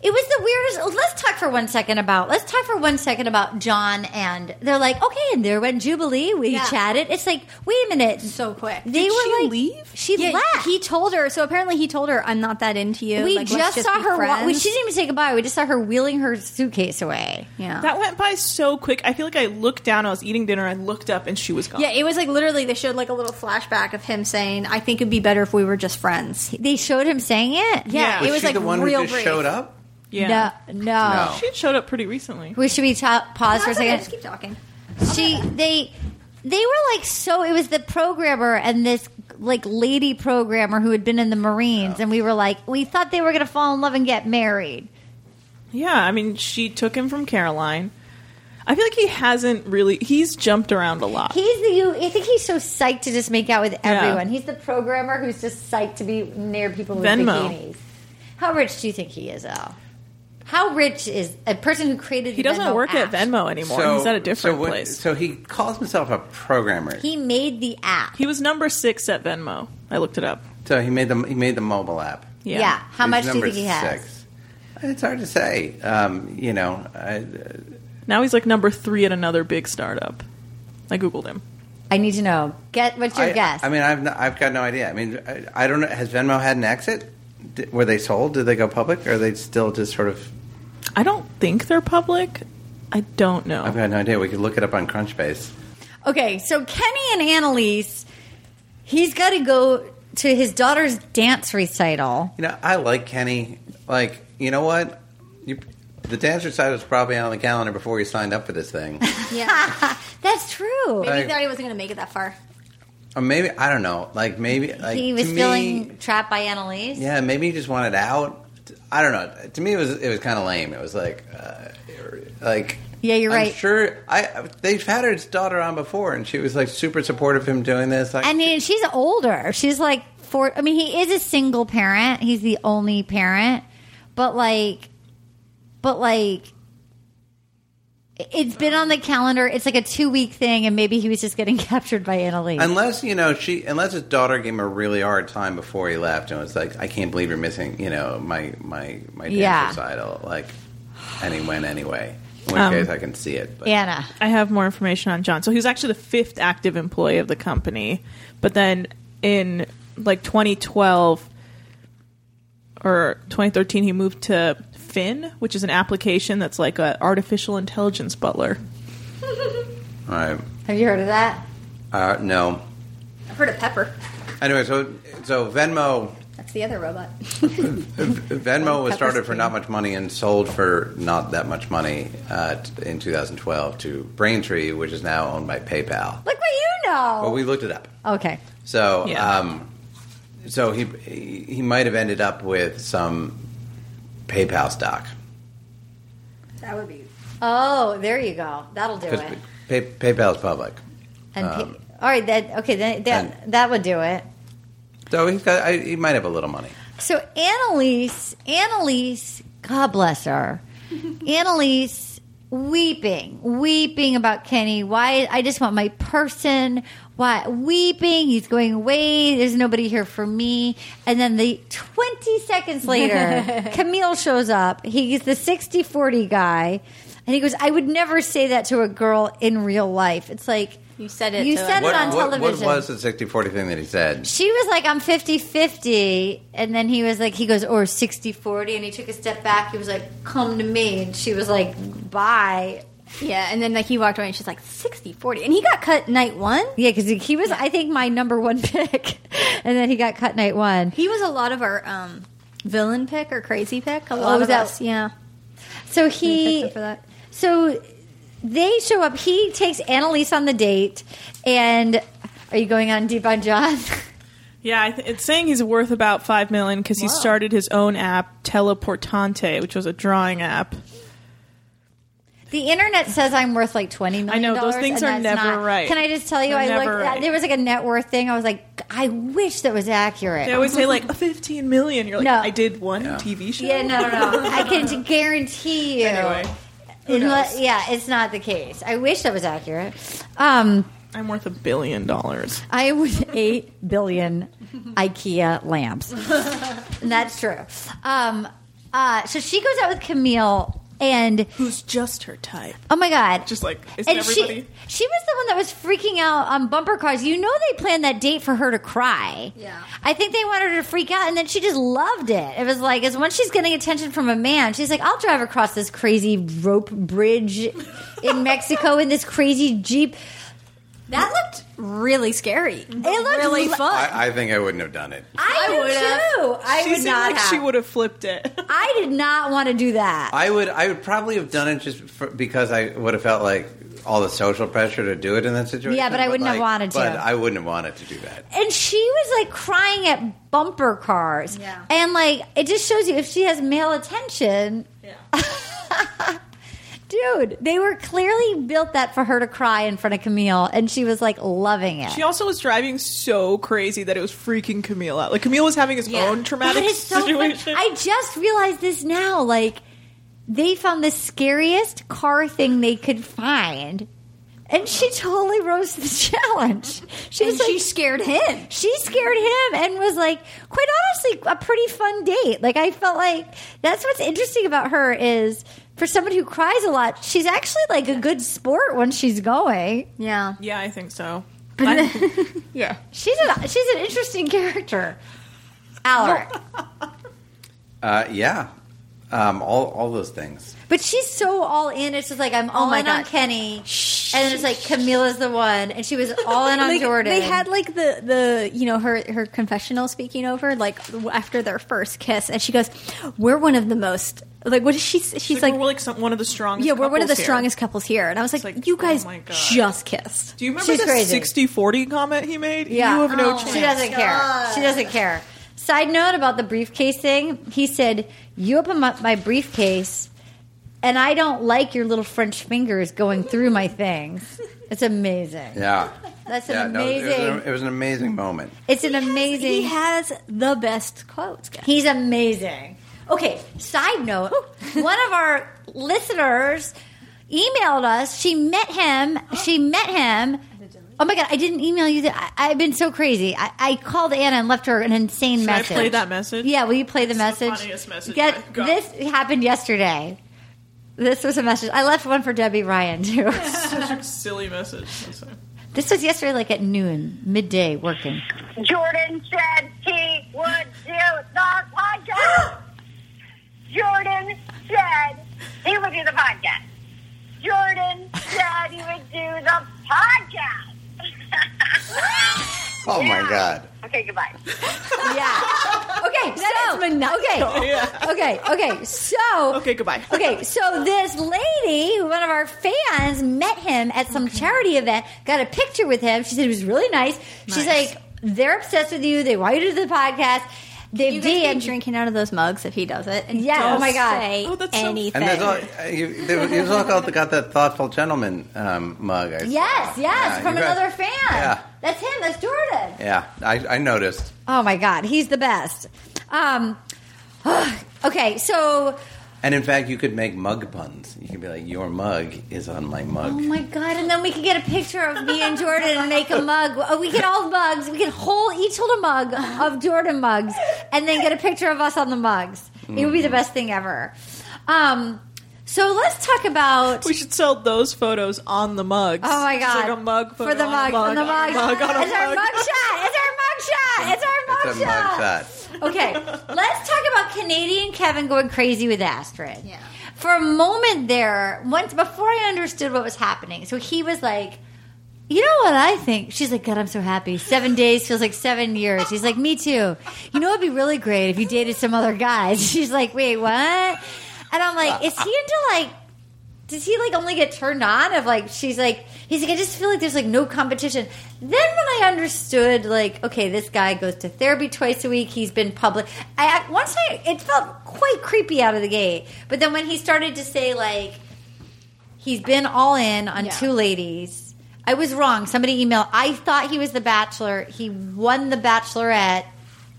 It was the weirdest. Let's talk for one second about. Let's talk for one second about John and they're like, okay, and there went Jubilee. We Yeah. chatted. It's like, wait a minute. so quick. they were she like, leave? She Yeah, left. He told her. So apparently, he told her, "I'm not that into you." we Like, let's just, saw be her. Wa- we, friends. she didn't even say goodbye. We just saw her wheeling her suitcase away. yeah. That went by so quick. I feel like I looked down. I was eating dinner. I looked up, and she was gone. yeah, it was like literally they showed like a little flashback of him saying, "I think it'd be better if we were just friends." They showed him saying it. Yeah. it Was was she like the one who real just brief. showed up? yeah. No, no. No. She had showed up pretty recently. We should we ta- pause for a That's okay, just second. keep talking. She they they were like so. It was the programmer and this like lady programmer who had been in the Marines, and we were like, we thought they were going to fall in love and get married. Yeah, I mean, she took him from Caroline. I feel like he hasn't really. He's jumped around a lot. He's the. I think he's so psyched to just make out with everyone. He's the programmer who's just psyched to be near people with Venmo. bikinis. How rich do you think he is, Al? How rich is a person who created? he doesn't work at Venmo anymore. he's at a different so when- place. So he calls himself a programmer. He made the app. he was number six at Venmo. I looked it up. so he made the he made the mobile app. yeah. Yeah. How He's much do you number think he has? six. It's hard to say. Um, you know, I, Now he's like number three at another big startup. I googled him. I need to know. Get what's your I, guess? I mean, I've no, I've got no idea. I mean, I, I don't know. Has Venmo had an exit? D were they sold? Did they go public? Or are they still just sort of? I don't think they're public. I don't know. I've got no idea. We could look it up on Crunchbase. Okay, so Kenny and Annalise, he's got to go to his daughter's dance recital. You know, I like Kenny. Like, you know what? You, the dance recital was probably on the calendar before you signed up for this thing. Yeah. That's true. Maybe he I- thought he wasn't going to make it that far. or maybe I don't know. Like maybe like, he was to feeling Me, trapped by Annalise. yeah, maybe he just wanted out. I don't know. To me, it was it was kind of lame. It was like, uh, like Yeah, you're I'm right. Sure, I they've had his daughter on before, and she was like super supportive of him doing this. Like, I mean, she's older. She's like four. I mean, he is a single parent. He's the only parent, but like, but like, it's been on the calendar. It's like a two week thing, and maybe he was just getting captured by Annalise. Unless you know she, unless his daughter gave him a really hard time before he left, and was like, "I can't believe you're missing," you know, my my my dance Yeah. recital. Like, and he went anyway. In which Um, case, I can see it. But. Anna. I have more information on John. So he was actually the fifth active employee of the company, but then in like 2012 or 2013, he moved to Finn, which is an application that's like a artificial intelligence butler. All right. Have you heard of that? Uh, no. I've heard of Pepper. Anyway, so so Venmo That's the other robot. Venmo was Pepper started for spray. not much money and sold for not that much money uh, t- in 2012 to Braintree, which is now owned by PayPal. Look what you Well, know. we looked it up. okay. So, Yeah. um, so he he he might have ended up with some PayPal stock That would be. Oh, there you go. That'll do because it. pay, PayPal is public. And pe- all right, that okay, that that, that would do it. So he's got I, he might have a little money. So Annalise, Annalise, God bless her, Annalise weeping, weeping about Kenny. Why? I just want my person. Why weeping? He's going away. There's nobody here for me. And then the 20 seconds later, Camille shows up. He's the 60 40 guy. And he goes, I would never say that to a girl in real life. It's like, You said it You to said a- it on what, what television. was the 60-40 thing that he said? she was like i'm 50-50 and then he was like he goes or 60-40 and he took a step back he was like come to me and she was like bye Yeah, and then like he walked away and she's like 60 40. And he got cut night one. yeah because he was i think my number one pick and then he got cut night one He was a lot of our um, villain pick or crazy pick. A lot was of that- us. Yeah. so He he picked him for that. so they show up he takes annalise on the date and are you going on deep on john Yeah, I th- it's saying he's worth about five million because he started his own app, Teleportante, which was a drawing app. The internet says I'm worth like twenty million. I know, those things and are that's never not- right. Can I just tell you? They're I looked. never right. There was like a net worth thing. I was like, I wish that was accurate. They always say like fifteen million. You're like, No. I did one TV show. Yeah, no, no, no. I can guarantee you. Anyway, who Unle- knows? yeah, it's not the case. I wish that was accurate. Um, I'm worth a billion dollars. I was eight billion IKEA lamps, and that's true. Um, uh, so she goes out with Camille, and Who's just her type? oh my god, Just like isn't and everybody? she she was the one that was freaking out on bumper cars. You know they planned that date for her to cry. Yeah. I think they wanted her to freak out, and then she just loved it. It was like as once she's getting attention from a man, she's like, "I'll drive across this crazy rope bridge in Mexico in this crazy jeep." That looked really scary. It looked really li- fun. I, I think I wouldn't have done it. I, I would would've. too. I she would seemed not like have. she would have flipped it. I did not want to do that. I would I would probably have done it just for, because I would have felt like all the social pressure to do it in that situation. Yeah, but I wouldn't have like, wanted to. But I wouldn't have wanted to do that. and she was like crying at bumper cars. Yeah. And like it just shows you if she has male attention. Dude, they were clearly built that for her to cry in front of Camille and she was like loving it. She also was driving so crazy that it was freaking Camille out. Like Camille was having his own traumatic That is so funny. situation. I just realized this now. Like they found the scariest car thing they could find. And she totally rose to the challenge. She was And she like- scared him. She scared him and was like, quite honestly, a pretty fun date. Like I felt like that's what's interesting about her is for somebody who cries a lot, she's actually like a good sport when she's going. Yeah. yeah, I think so. But Yeah. She's a, she's an interesting character. Alaric. Uh, yeah, um, all all those things. But she's so all in. It's just like I'm all Oh my in on God. Kenny, and then it's like Camila's the one, and she was all in on like, Jordan. They had like the the you know her her confessional speaking over like w- after their first kiss, and she goes, "We're one of the most like what is she? s- She's She's like." like, we're like some, one of the strongest. yeah, we're one of the couples here. strongest couples here. And I was like, like, you oh guys my God. just kissed. Do you remember She's the crazy. 60-40 comment he made? yeah, Oh, You have Oh no chance. she doesn't care. She doesn't care. Side note about the briefcase thing. He said, "You open up my briefcase, and I don't like your little French fingers going through my things." It's amazing. Yeah, That's an yeah. no, it, amazing. was an, it was an amazing moment. it's an amazing. He has the best quotes. guys. He's amazing. Okay, side note one of our listeners emailed us. She met him. She met him. Oh my God, I didn't email you. That. I, I've been so crazy. I, I called Anna and left her an insane Should I message. play that message? Yeah, will you play the It's the message? funniest message Get, I've got. this happened yesterday. This was a message. I left one for Debbie Ryan, too. Such a silly message. That's fine. this was yesterday, like at noon, midday, working. Jordan said he would do the podcast. Jordan said he would do the podcast. Jordan said he would do the podcast. Oh my god. okay, goodbye. Yeah. Okay, so. okay. Yeah. Okay, okay. So. Okay, goodbye. Okay, so this lady, one of our fans, met him at some charity event, got a picture with him. She said he was really nice. She's Nice. like, they're obsessed with you. They want you to do the podcast. They've You guys be DM'd drinking out of those mugs if he does it. And Yeah, don't oh my God. say Oh, that's so- anything. And there's all, uh, you, there, was- you also got, got that thoughtful gentleman um, mug. I saw. Yes, yes, Yeah, from you got- another fan. Yeah. That's him, that's Jordan. Yeah, I, I noticed. Oh my God, he's the best. Um, okay, so, And in fact, you could make mug puns. You could be like, "Your mug is on my mug." oh my God, and then we could get a picture of me and Jordan and make a mug. Oh, We could all mugs, we could whole, each hold a mug of Jordan mugs and then get a picture of us on the mugs. It would be Mm. the best thing ever. Um, so let's talk about. We should sell those photos on the mugs. Oh my Just god! like a mug photo for the on mug, a mug, on the on mug. a mug, on a it's our mug. mug shot. It's our mug shot. It's our mug It's a shot. mug shot. Okay, let's talk about Canadian Kevin going crazy with Astrid. Yeah. For a moment there, once before I understood what was happening, so he was like, "You know what I think?" She's like, "God, I'm so happy. Seven days feels like seven years." He's like, "Me too." You know, it'd be really great if you dated some other guys. She's like, "Wait, what?" And I'm like, "Is he into like?" does he like only get turned on of like she's like he's like I just feel like there's like no competition. Then when I understood like okay this guy goes to therapy twice a week he's been public. I I- once I it felt quite creepy out of the gate, but then when he started to say like he's been all in on Yeah. two ladies. I was wrong. Somebody emailed. I thought he was the Bachelor. He won the Bachelorette,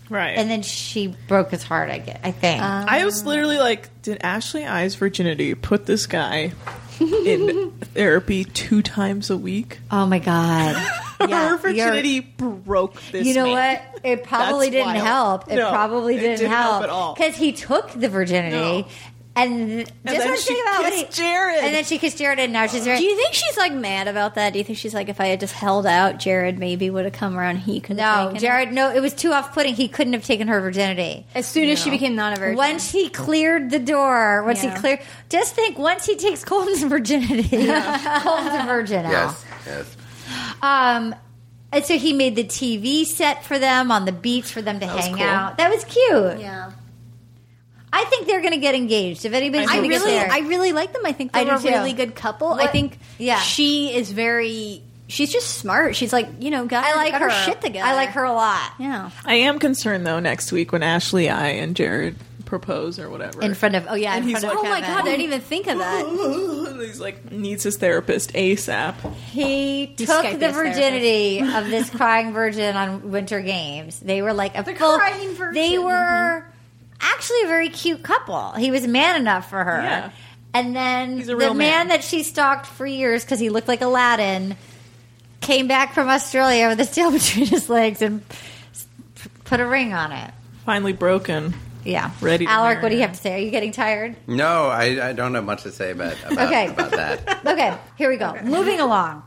Right. and then she broke his heart. I get. I think. I was literally like, did Ashley Eye's virginity put this guy in therapy two times a week? oh my god. Her you're- virginity broke this. You know man. what? It probably didn't wild. help. It No, probably it didn't, didn't help. help at all. Because he took the virginity. No. And th- just then one she thing about what he- kissed Jared. And then she kissed Jared, and now she's very. Do you think she's like mad about that? Do you think she's like, if I had just held out, Jared maybe would have come around? He could no, Jared, no, it was too off putting. He couldn't have taken her virginity. As soon as she became not a virgin, Once he cleared the door, once Yeah. he cleared. Just think, once he takes Colton's virginity, Colton's a virgin now. Yes, yes. Um, and so he made the TV set for them on the beach for them to was hang cool. out. That was cute. yeah, I think they're going to get engaged. If anybody's I going I to get really, there, I really like them. I think I they're a do too. really good couple. I What- think yeah. she is very. She's just smart. She's like you know, got, I like got her. shit together. I like her a lot. Yeah, I am concerned though. Next week when Ashley, I, and Jared propose or whatever, In front of oh yeah, And in he's front like- of Oh my Kevin. god, I didn't even think of that. he's like needs his therapist asap. He He's took Skyping the his virginity of this crying virgin on Winter Games. They were like a the crying virgin. They were actually a very cute couple. He was man enough for her. Yeah. And then He's a the real man, man. that she stalked for years because he looked like Aladdin came back from Australia with his tail between his legs and p- put a ring on it. Finally broken. Yeah. Ready to Alaric, marry what do you her. have to say? Are you getting tired? No, I, I don't have much to say about about, Okay. about that. Okay, here we go. Moving along.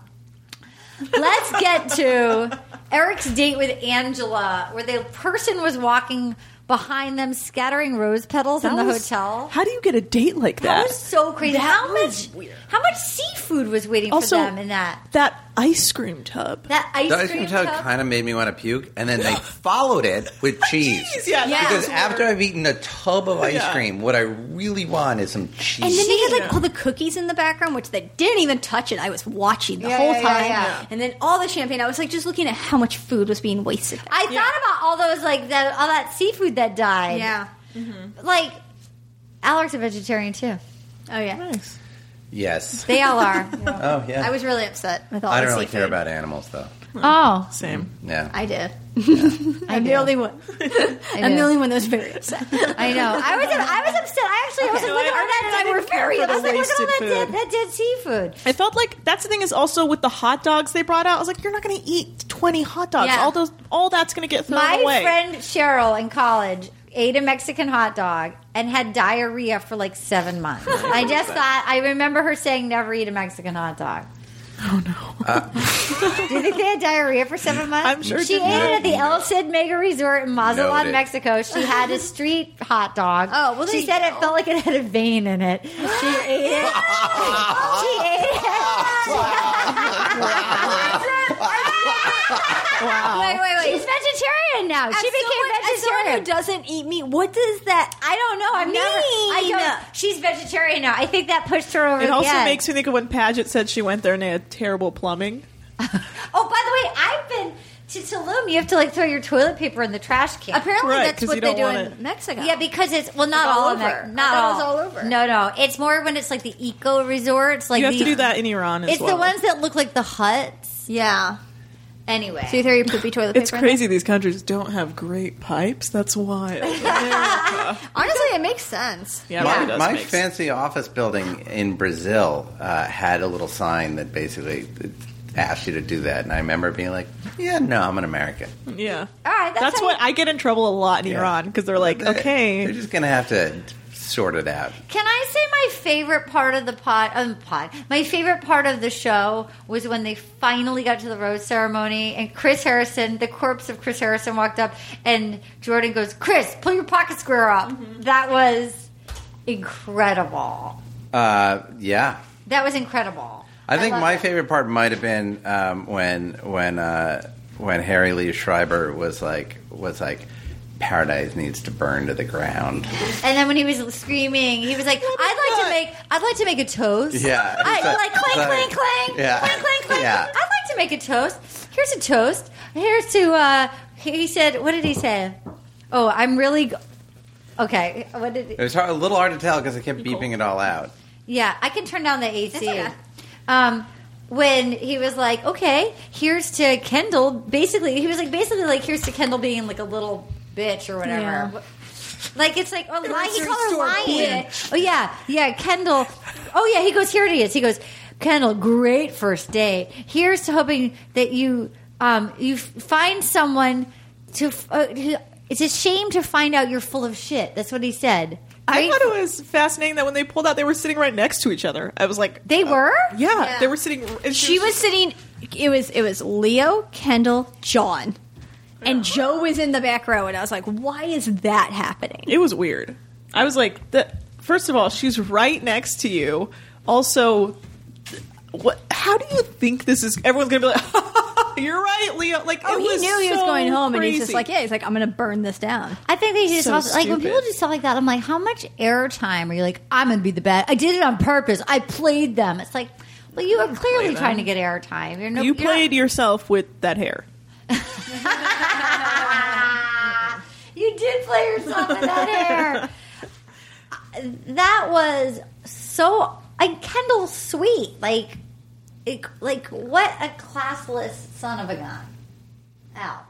Let's get to Eric's date with Angela, where the person was walking behind them, scattering rose petals in the That was- hotel. How do you get a date like that? That was so crazy. how much? How much seafood was waiting also, for them in that that ice cream tub. that ice The ice cream cream tub tub? kind of made me want to puke, and then they followed it with cheese. Cheese, yeah, Yeah. that Because was after weird. I've eaten a tub of ice Yeah. cream, what I really want is some cheese. And then they had like Yeah. all the cookies in the background, which they didn't even touch it. I was watching the Yeah, whole yeah, yeah, time. yeah. And then all the champagne. I was like just looking at how much food was being wasted. I Yeah. thought about all those like that, all that seafood that died. like Alaric's a vegetarian too. Oh yeah. nice. yes. They all are. Oh yeah. I was really upset with all. I the don't really seafood. care about animals though. Oh, Same. Yeah. I did. I I'm do. the only one. I'm do. the only one that was very upset. I know. I was I was upset. I actually I was like, No, look I- at all that. I I were didn't care very. for I the was like, look at all that wasted dead, food. that dead seafood. I felt like that's the thing is also with the hot dogs they brought out. I was like, you're not going to eat 20 hot dogs. Yeah. All those, all that's going to get thrown My away. friend Cheryl in college ate a Mexican hot dog and had diarrhea for like seven months. I just thought I remember her saying, "Never eat a Mexican hot dog." Oh no! Do you think they had diarrhea for seven months? Uh, I'm sure it she ate didn't. it at the El Cid Mega Resort in Mazatlan, Noted. Mexico. She had a street hot dog. Oh, well, there she you said go. it felt like it had a vein in it. She ate it. she ate it. Wow. Wait, wait, wait. She's vegetarian now. As she became someone- as someone vegetarian. who doesn't eat meat. What does that? I don't know. I've never. I Mean. don't. She's vegetarian now. I think that pushed her over. It the also edge. makes me think of when Paget said she went there and they had terrible plumbing. Oh, by the way, I've been to Tulum. You have to like throw your toilet paper in the trash can. Apparently, Right, that's 'cause what you they don't do in want it. Mexico. Yeah, because it's well, not It's all all, of over. it. I Not thought all. it was all over. No, no. It's more when it's like the eco resorts. Like You have the, to do that in Iran as It's well. the ones that look like the huts. yeah. Anyway, Do you throw your poopy toilet It's paper? in crazy these countries don't have great pipes. That's wild. America. there? Honestly, it makes sense. Yeah, My, it does my make sense. fancy office building in Brazil uh, had a little sign that basically asked you to do that, and I remember being like, "Yeah, no, I'm an American." Yeah. all right. That's, That's how what I get in trouble a lot in Yeah. Iran because they're like, They- they're okay, just gonna have to sort it out. Can I say my favorite part of the pod? Um, pod. My favorite part of the show was when they finally got to the rose ceremony, and Chris Harrison, the corpse of Chris Harrison, walked up, and Jordan goes, "Chris, pull your pocket square up." That was incredible. Uh, yeah, That was incredible. I think love my it. favorite part might have been um, when when uh, when Harry Lee Schreiber was like was like. Paradise needs to burn to the ground. And then when he was screaming, he was like, "I'd like to make, I'd like to make a toast." Yeah, I it's like- like clang, like- clang, clang, Yeah. clang, clang, clang. Yeah. I'd like to make a toast. Here's a toast. Here's to. uh He said, "What did he say?" Oh, I'm really. g- Okay, what did? It was hard, a little hard to tell because I kept beeping it all out. Yeah, I can turn down the AC. okay. Um, when he was like, okay, here's to Kendall. Basically, he was like, basically, like, here's to Kendall being like a little bitch or whatever. Yeah. Like it's like oh, lie, he your called her store lying. Oh yeah, yeah. Kendall. Oh yeah, he goes here it is. He goes, Kendall, great first date. Here's to hoping that you um you f- find someone to. f- Uh, who- it's a shame to find out you're full of shit. That's what he said. I Right? thought it was fascinating that when they pulled out, they were sitting right next to each other. I was like, they Uh, were. yeah, Yeah. they were sitting. and She was sitting. It was it was Leo, Kendall, John, and Joe was in the back row, and I was like, "Why is that happening?" It was weird. I was like, the, first of all, she's right next to you. Also, th- what? How do you think this is? Everyone's gonna be like, oh, you're right, Leo. Like, Oh, it he was knew he was so going home, and he's just crazy. like, yeah, he's like, I'm going to burn this down. I think they should just So also, like when people stupid. do stuff like that. I'm like, how much air time are you like? I'm gonna be the bad. I did it on purpose. I played them. It's like, well, you were clearly trying to get air time. You're no, you you're not- played yourself with that hair. you did play yourself in that hair. that was so. And Kendall Sweet, like, it, like what a classless son of a gun. Ow.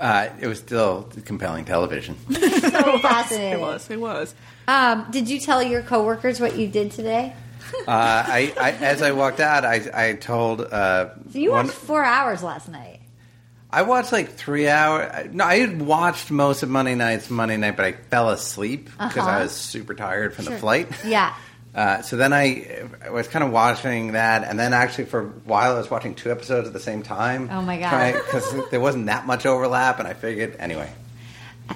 Uh, it was still compelling television. Uh, So fascinating. It was. It was. Um, did you tell your coworkers what you did today? Uh, I, I, as I walked out, I, I told. Uh, So you one- watched four hours last night. I watched like three hours. No, I had watched most of Monday night's Monday night, but I fell asleep because Uh-huh. I was super tired from the flight. Yeah. Uh, so then I, I was kind of watching that, and then actually for a while I was watching two episodes at the same time. Oh, my God. Because there wasn't that much overlap, and I figured anyway.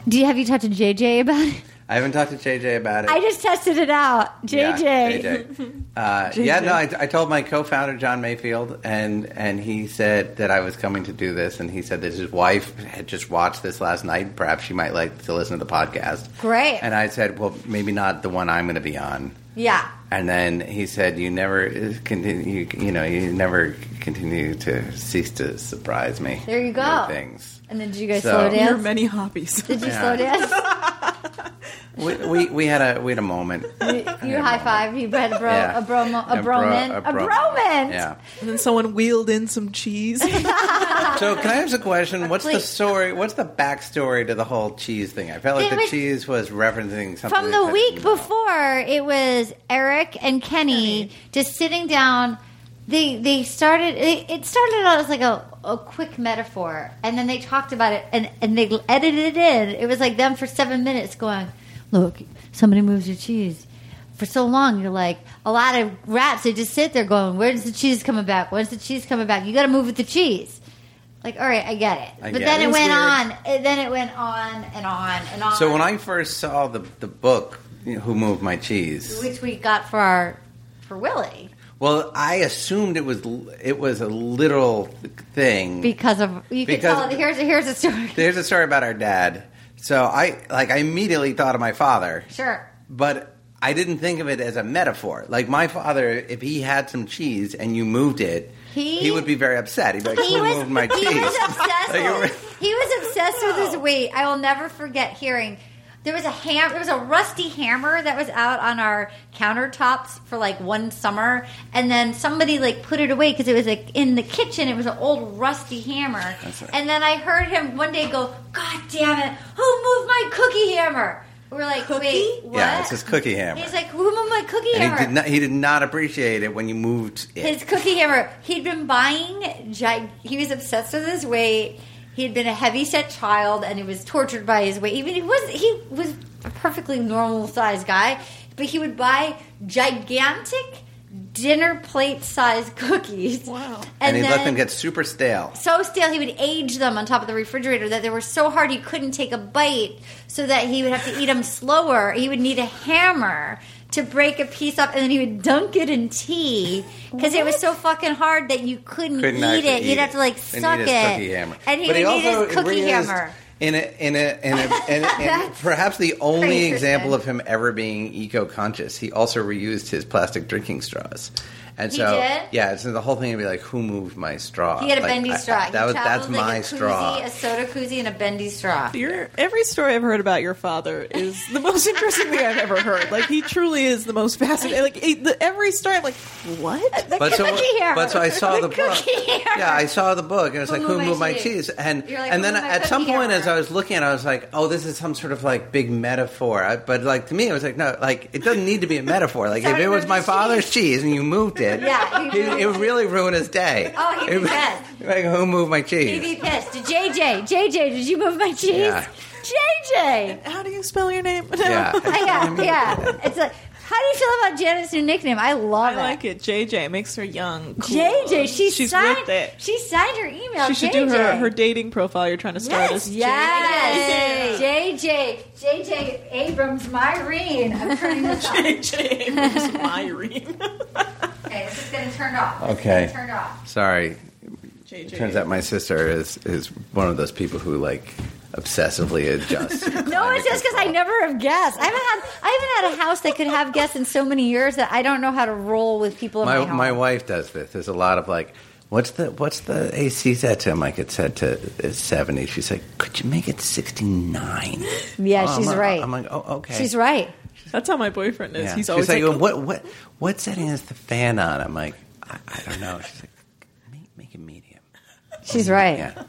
Do you have you talked to JJ about it? I haven't talked to JJ about it. I just tested it out. JJ. Yeah, JJ. Uh, yeah no, I, I told my co-founder John Mayfield, and and he said that I was coming to do this, and he said that his wife had just watched this last night. Perhaps she might like to listen to the podcast. Great. And I said, well, maybe not the one I'm going to be on. Yeah. And then he said, "You never uh, continue. You, you know, you never continue to cease to surprise me." There you with go. Things And then did you guys So- slow Your dance? many hobbies. did you Yeah. slow dance? we, we we had a we had a moment. You, Yeah, high five. You had a bro, Yeah. a bromo, a, A bro- broman, a a, bro- broman. Yeah. and then someone wheeled in some cheese. So can I ask a question? What's the Please. story? What's the backstory to the whole cheese thing? I felt like It the was- cheese was referencing something From the that- week before, it was Eric and Kenny just sitting down. They they started. It, it started out as like a, a quick metaphor, and then they talked about it, and and they edited it in. It was like them for seven minutes going, "Look, somebody moves your cheese." For so long, you're like a lot of raps. They just sit there going, "Where's the cheese coming back? When's the cheese coming back? You got to move with the cheese." Like, all right, I get it. I but get then it, it. It was went weird. on. It, then it went on and on and on. So when I first saw the the book, you know, "Who Moved My Cheese," which we got for our for Willie well, I assumed it was l- it was a literal thing because of you can Because- tell it. Here's here's a story. There's a story about our dad. So I like I immediately thought of my father, Sure. but I didn't think of it as a metaphor. Like my father, if he had some cheese and you moved it, He- would be very upset. He'd be like, He "Who was, moved my cheese?" he was obsessed. Like, it was- with, he was obsessed with his weight. I will never forget hearing there was a ham there was a rusty hammer that was out on our countertops for like one summer and then somebody like put it away because it was like in the kitchen it was an old rusty hammer That's right. and then i heard him one day go god damn it who moved my cookie hammer we're like wait what Yeah, it's his cookie hammer. He's like, who moved my cookie and hammer? he did not he did not appreciate it when you moved it. His cookie hammer. He'd been buying. gi- He was obsessed with his weight. He had been a heavy set child, and he was tortured by his weight. Even he was he was a perfectly normal sized guy, but he would buy gigantic dinner plate sized cookies. Wow. and he let then- them get super stale. so stale he would age them on top of the refrigerator that they were so hard he couldn't take a bite so that he would have to eat them slower he would need a hammer to break a piece off and then he would dunk it in tea because it was so fucking hard that you couldn't, couldn't eat actually it you'd eat have to like And suck eat it his Cookie hammer. and he But would eat also his cookie realized hammer In a in a in a in, a- in perhaps the only Pretty example of him ever being eco-conscious, he also reused his plastic drinking straws. And He so, did? yeah, so the whole thing would be like, who moved my straw? he had a Like, bendy I- straw that was he that's traveled like my a koozie, straw. a soda koozie and a bendy straw Your every story I've heard about your father is the most interesting thing I've ever heard. Like he truly is the most fascinating. Like it, the, every story, I'm like, what? Uh, The cookie hammer. but so I saw the, The book. cookie hammer. Yeah, I saw the book, and it was Who like, moved "Who my moved my cheese? cheese?" And You're like, and "Who then moved my at some cookie point, hammer?" as I was looking at, it, I was like, "Oh, this is some sort of like big metaphor." I, but like to me, it was like, "No, like it doesn't need to be a metaphor. Like if Somebody it was moved my his father's cheese. and you moved it, Yeah, you it, moved it it. really ruined his day. Oh, he'd be It- pissed. Like who moved my he'd be cheese? pissed JJ JJ did you move my cheese Yeah. JJ How do you spell your name? No. Yeah, yeah, yeah. It's like, how do you feel about Janet's new nickname? I love I it. like it. JJ it makes her young. Cool. JJ, she she's signed, with it. She signed her email. She should JJ. do her, her dating profile. You're trying to start Yes, as yes. JJ, JJ Abrams, Myrene. I'm turning this off. JJ. JJ Myrene. Okay, this is getting turned off. This is Okay. getting Turned off. Sorry, JJ. Turns out my sister is is one of those people who like obsessively adjusts. No, it's just because I never have guests. I haven't had I haven't had a house that could have guests in so many years that I don't know how to roll with people in my, my home. my wife does this. There's a lot of like, what's the what's the AC set to? I'm like, it's set to it's 70. She's like, could you make it 69? yeah, Oh, she's I'm, right. I'm like, oh, okay. She's right. That's how my boyfriend is. Yeah. He's She's always like, like, "Well, what what what setting is the fan on? I'm like, I, I don't know. She's like, make, make it medium. She's right. Yeah.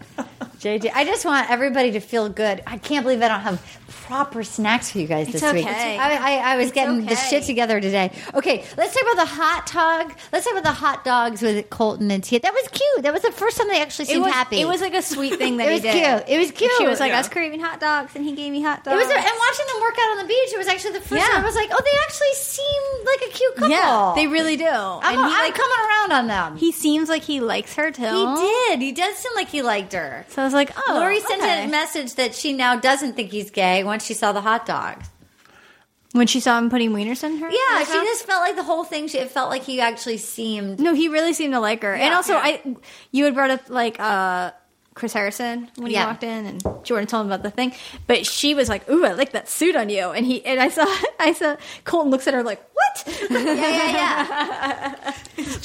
JJ, I just want everybody to feel good. I can't believe I don't have proper snacks for you guys this It's week. okay. I, I, I was getting the okay. shit together today. Okay, let's talk about the hot dog. Let's talk about the hot dogs with Colton and Tia. That was cute. That was the first time they actually It seemed was, happy. it was like a sweet thing that It he was did. cute. It was cute. She was like, Yeah. I was craving hot dogs, and he gave me hot It dogs. was, and watching them work out on the beach, it was actually the first Yeah. time I was like, oh, they actually seem like a cute couple. yeah, they really do. I'm, and he I'm like coming around on them. he seems like he likes her too. He did. He does seem like he liked her. So I was like, oh, Lori sent okay. a message that she now doesn't think he's gay once she saw the hot dogs. when she saw him putting wieners in her. in Yeah, her she mouth. just felt like the whole thing. She, it felt like he actually seemed. No, he really seemed to like her. and Yeah. also, Yeah. I you had brought up like uh, Chris Harrison when he Yeah. walked in, and Jordan told him about the thing. But she was like, "Ooh, I like that suit on you." And he and I saw I saw Colton looks at her like, "What?" Yeah, yeah, yeah.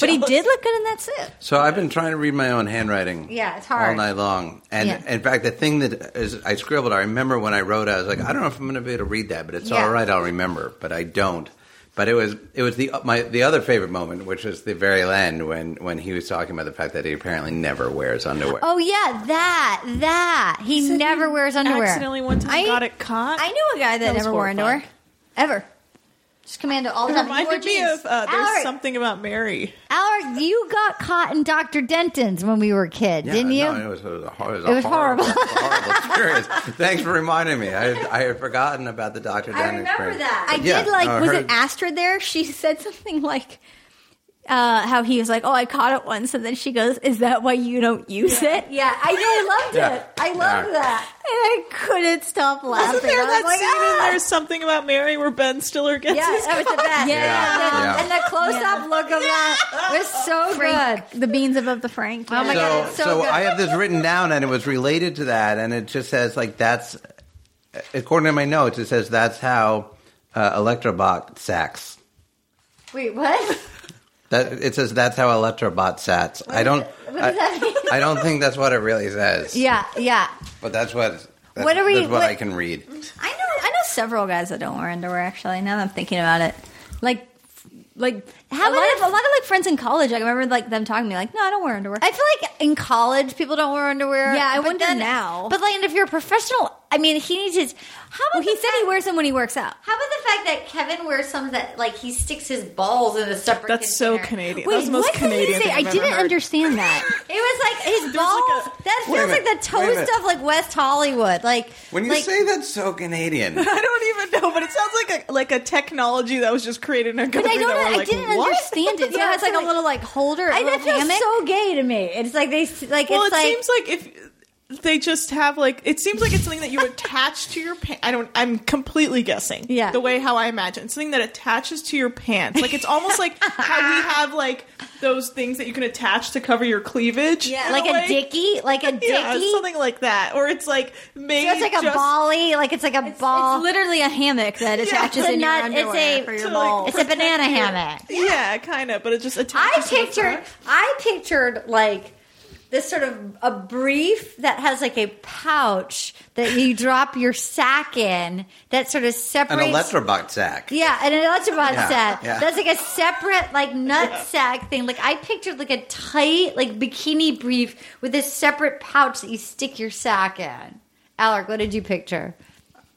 but he did look good in that suit. So I've been trying to read my own handwriting. Yeah, it's hard. all night long. And Yeah. in fact, the thing that is, I scribbled. I remember when I wrote, I was like, I don't know if I'm going to be able to read that, but it's Yeah. all right. I'll remember, but I don't. But it was it was the my the other favorite moment, which was the very end when when he was talking about the fact that he apparently never wears underwear. oh yeah, that that he never wears underwear. accidentally one time I- got it caught. I knew a guy that, That was never wore horrifying. underwear, ever. Just commando all the It time. He wore reminded me jeans. of uh, there's Alright. something about Mary. Alec, you got caught in Dr. Denton's when we were a kid, Yeah, didn't you? No, it was, it was, a, hor- it was, a It was horrible, horrible. horrible experience. Thanks for reminding me. I, I had forgotten about the Dr. Dan remember experience. that. I But yeah, did like. no, was uh, her- it Astrid there? She said something like. Uh, how he was like, oh, I caught it once, and then she goes, "Is that why you don't use it?" Yeah, I really loved Yeah. it. I loved Yeah. that. And I couldn't stop laughing. Wasn't there I was that like, scene "Ah!" in There's Something About Mary where Ben Stiller gets Yeah, his that was the best. Yeah. Yeah. And the, close up look of that was so good. Frank, "Oh the beans above the Frank. Oh my so, God, it's so good. I have this written down, and it was related to that, and it just says like that's according to my notes. It says that's how uh, Electrobot sacks. Wait, what? That it says that's how Electrobot sats. I don't. What does that mean? I, I don't think that's what it really says. Yeah, yeah. but that's what. That's, What are we- that's what, what- I can read. I know. I know several guys that don't wear underwear. Actually, now that I'm thinking about it, like, like How a lot many- of a lot of like friends in college. I remember like them talking to me like, "No, I don't wear underwear." I feel like in college people don't wear underwear. Yeah, I but wonder now. But like, and if you're a professional, I mean, he needs his. How about well, he the said fact, he wears them when he works out. How about the fact that Kevin wears some that like he sticks his balls in a separate? That's so container? Canadian. That's the most what Canadian did thing he say? I I've ever didn't heard. understand that. It was like his There's like balls. a- that Wait a feels like the minute, wait a toe minute. stuff, like West Hollywood. Like When you like, say that's so Canadian. I don't even know, but it sounds like a like a technology that was just created in a But country I don't. that I we're like, didn't what? understand it. So Yeah, it's like a absolutely. little like holder, a I, little that feels hammock. so gay to me. It's like they like Well, it's it like seems like if they just have like it seems like it's something that you attach to your pants. I don't. I'm completely guessing. Yeah. the way how I imagine something that attaches to your pants. Like it's almost like how we have like those things that you can attach to cover your cleavage. in like a way. dicky, like a dicky. Yeah, something like that, or it's like maybe So it's like a just bolly, like it's like a ball. It's literally a hammock that attaches It's a in nut- your it's underwear a- for to, your like, balls. It's a protect banana your- hammock. Yeah, kind of, but it just I attaches. to the pictured front. I pictured like this sort of a brief that has like a pouch that you drop your sack in that sort of An separates. Electrobot sack. yeah, and an electrobot Yeah, sack. yeah. That's like a separate like nut sack thing. Like I pictured like a tight like bikini brief with a separate pouch that you stick your sack in. Alec, what did you picture?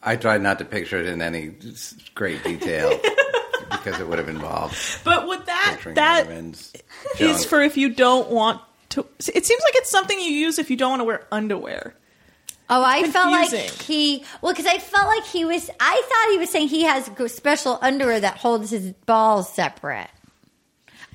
I tried not to picture it in any s- great detail because it would have involved But with that picturing that women's is junk. for if you don't want to. It seems like it's something you use if you don't want to wear underwear. Oh, I felt like confusing. he well because I felt like he was. I thought he was saying he has g- special underwear that holds his balls separate.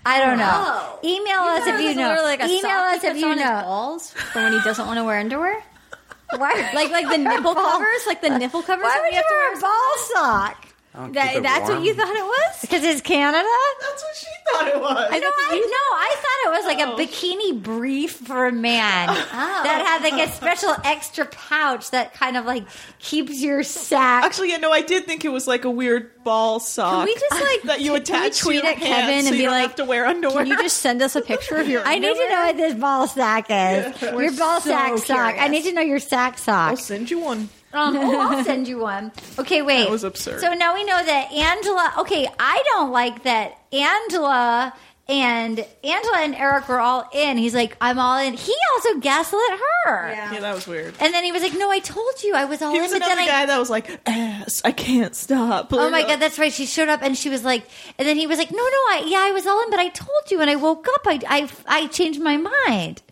I don't Wow. know. Email us if Oh. you know. Email us if you know. balls for when he doesn't want to wear underwear. Why, Like like the nipple ball- covers, like the nipple covers. why that would we you have to wear a ball sock? I'll keep That, it that's what warm. you thought it was. Because it's Canada. That's what she thought it was. No, I, no, I thought it was like a bikini brief for a man that had like a special extra pouch that kind of like keeps your sack. Actually, yeah, no, I did think it was like a weird ball sock. we just, like, that you can we attach tweet to your at Kevin pants so and you be don't like, have to wear underwear. Can you just send us a picture of your? I need to know what this ball sack is. Your ball so sack sock. I curious. need to know your sack sock. I'll send you one. Um, oh, I'll send you one. Okay, wait. That was absurd. So now we know that Angela. Okay, I don't like that Angela and Angela and Eric were all in. He's like, I'm all in. He also gaslit her. Yeah, that was weird. And then he was like, No, I told you I was all He in. was Oh, but another then I guy that was like, ass, I can't stop. Oh my god, that's right. She showed up and she was like, and then he was like, no, no, I yeah, I was all in, but I told you, and I woke up, I I, I changed my mind.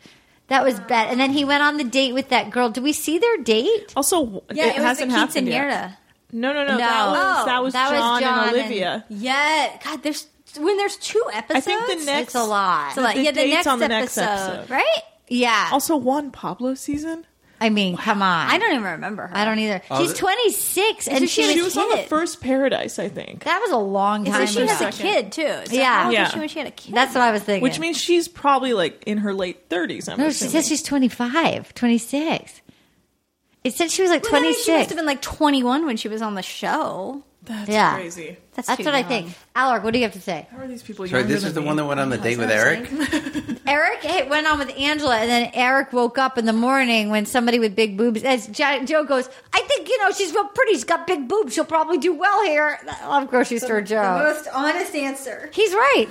That was bad. And then he went on the date with that girl. Do we see their date? uh, Also, it, Yeah, it, was the hasn't happened yet. quinceanera. No, no, no. That No. was, Oh, that was that was John, John and- and Olivia. Yeah, God, there's when there's two I episodes. think the next. It's a lot. So, like, the yeah, the date's next, on the next episode, episode. right? Yeah. Also, Juan Pablo season. I mean, come on. I don't even remember her. I don't either. Uh, Oh, She's the- 26 and Isn't she, was, on the hit. first Paradise, I think. That was a long So time she ago. has a kid too. So Yeah. how old Yeah. was she when she had a kid? That's what I was thinking. Which means she's probably like in her late thirties. I'm No, she assuming. says she's 25, 26. It said she was like Well, that means She 26. must have been like 21 when she was on the show. That's Yeah. crazy. That's, That's too what I young. think. Alaric, what do you have to say? How are these people? Sorry, younger this is than the me? one that went on the date with Eric. Eric hey, went on with Angela, and then Eric woke up in the morning when somebody with big boobs. As Jo- Joe goes, I think you know she's real pretty. She's got big boobs. She'll probably do well here. I love grocery store Joe. most honest answer. He's right.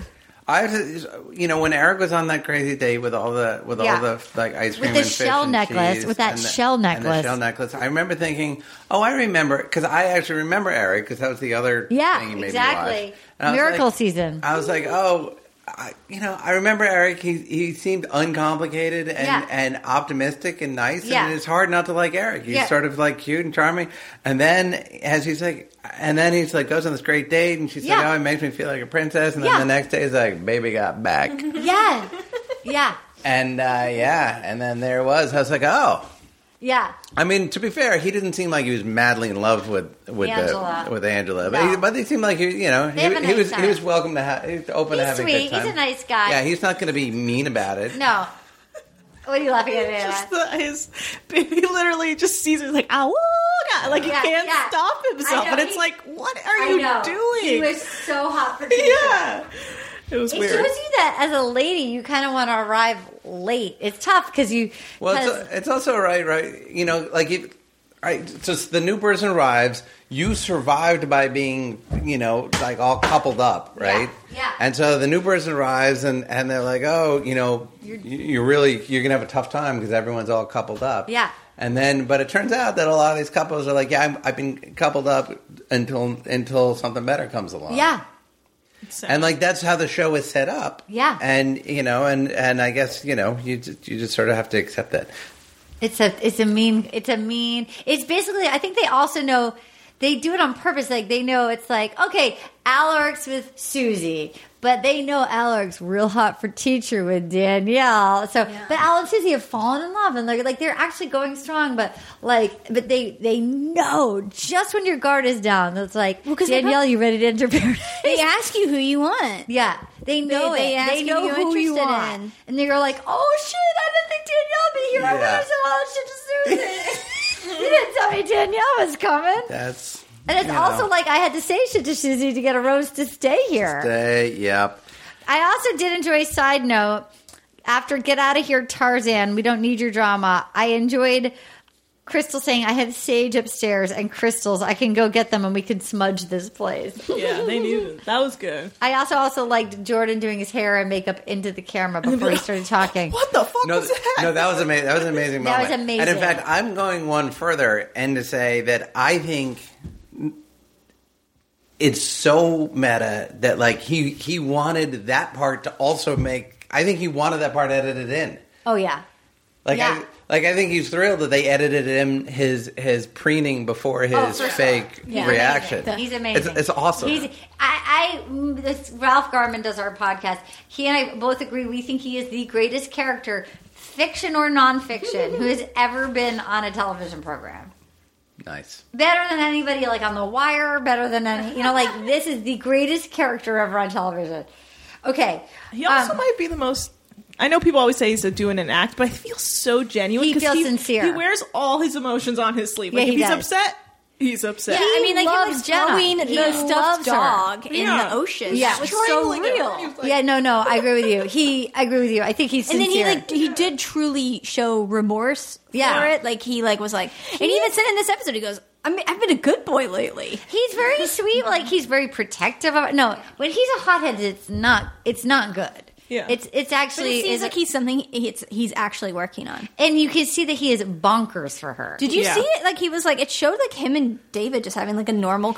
I was, you know, when Eric was on that crazy date with all the with Yeah. all the like ice cream the and fish shell and necklace, cheese with that and the- shell and the necklace. shell necklace. I remember thinking, oh, I remember because I actually remember Eric because that was the other Yeah, thing he made me exactly. watch. And I was Miracle like- season. I was like, oh. I, you know, I remember Eric. He he seemed uncomplicated and, Yeah. and optimistic and nice, Yeah. and it's hard not to like Eric. He's Yeah. sort of like cute and charming. And then as he's like, and then he's like goes on this great date, and she's like, Yeah. oh, it makes me feel like a princess. And then Yeah. the next day, he's like, baby got back. Yeah, yeah, And uh, yeah, and then there it was. I was like, oh. yeah. I mean, to be fair, he didn't seem like he was madly in love with with Angela. The, with Angela, but, No. he, but they seemed like he, you know, he, have a he nice was time. he was welcome to ha- he was open to He's having a sweet. good time. He's a nice guy. Yeah, he's not going to be mean about it. No, Oh. what are you laughing at? Anna? Just the, his baby literally just sees her like ah, God, like Yeah, he can't yeah. stop himself, I know, and it's he- like, what I are you know. He doing? was so hot for yeah, it was It weird. shows you that as a lady, you kind of want to arrive late. It's tough because you. Well, 'cause- it's, it's also right, right? You know, like if right, just the new person arrives, you survived by being, you know, like all coupled up, right? yeah. And so the new person arrives, and and they're like, oh, you know, you're, you're really you're gonna have a tough time because everyone's all coupled up. Yeah. And then, but it turns out that a lot of these couples are like, yeah, I'm, I've been coupled up until until something better comes along. yeah. And like that's how the show is set up. Yeah. And you know, and and I guess you know, you just, you just sort of have to accept that. It's a it's a mean it's a mean it's basically I think they also know they do it on purpose like they know it's like okay Alaric's with Susie but they know Alaric's real hot for teacher with Danielle so but Alaric and Susie have fallen in love and they're like they're actually going strong but like but they they know just when your guard is down it's like 'cause they Danielle you ready to enter paradise They ask you who you want. yeah, they know they it. ask They if know you're who you interested are, in. and they're like, "Oh shit, I didn't think Danielle would be here. I Oh, Yeah. went and said all this shit to Susan. you didn't tell me Danielle was coming." That's And it's you also know, like I had to say shit to Susie to get a rose to stay here. they, yep. I also did enjoy. Side note: after Get Out of Here, Tarzan, we don't need your drama. I enjoyed. Crystal saying, I had sage upstairs and crystals. I can go get them and we can smudge this place. yeah, they needed. That was good. I also also liked Jordan doing his hair and makeup into the camera before he started talking. What the fuck No, was th- that? no, that was amazing. That was an amazing That moment. was amazing. And in fact, I'm going one further and to say that I think it's so meta that like he he wanted that part to also make. I think he wanted that part edited in. Oh yeah, Like Yeah. I like I think he's thrilled that they edited in his his preening before his Oh, for sure. fake Yeah. reaction. he's amazing. It's, it's awesome. He's I, I mm, this Ralph Garman does our podcast. He and I both agree. We think he is the greatest character, fiction or nonfiction, who has ever been on a television program. nice. Better than anybody, like on The Wire. Better than any, you know, like this is the greatest character ever on television. Okay, He also Um, might be the most I know people always say he's a doing an act, but I feel so genuine. He 'cause feels sincere. He wears all his emotions on his sleeve. Like Yeah, he if he's does. upset, he's upset. Yeah, I He mean, like he loves was Jenna. throwing He the loves her. stuffed dog in Yeah. the ocean. Yeah. that was Trying so to, like, he real. was, like- yeah, no, no, I agree with you. He, I agree with you. I think he's And then he sincere. like he did truly show remorse Yeah. for it. Like he like was like, and he even said in this episode, he goes, I mean, "I've been a good boy lately." He's very sweet. Like he's very protective of it. No, when he's a hothead, it's not. It's not good. Yeah. It's it's But actually it seems is like he's something he's he's actually working on. and you can see that he is bonkers for her. Did you Yeah. see it? Like he was like it showed like him and David just having like a normal they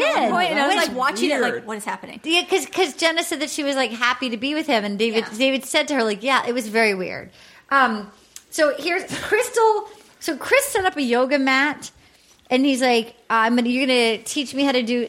did. At one point, and I was That's like watching it weird. like what is happening? Yeah, because Jenna said that she was like happy to be with him, and David Yeah. David said to her like, "Yeah, it was very weird." Um, so here's Crystal. So Chris set up a yoga mat, and he's like, "I'm gonna you're gonna teach me how to do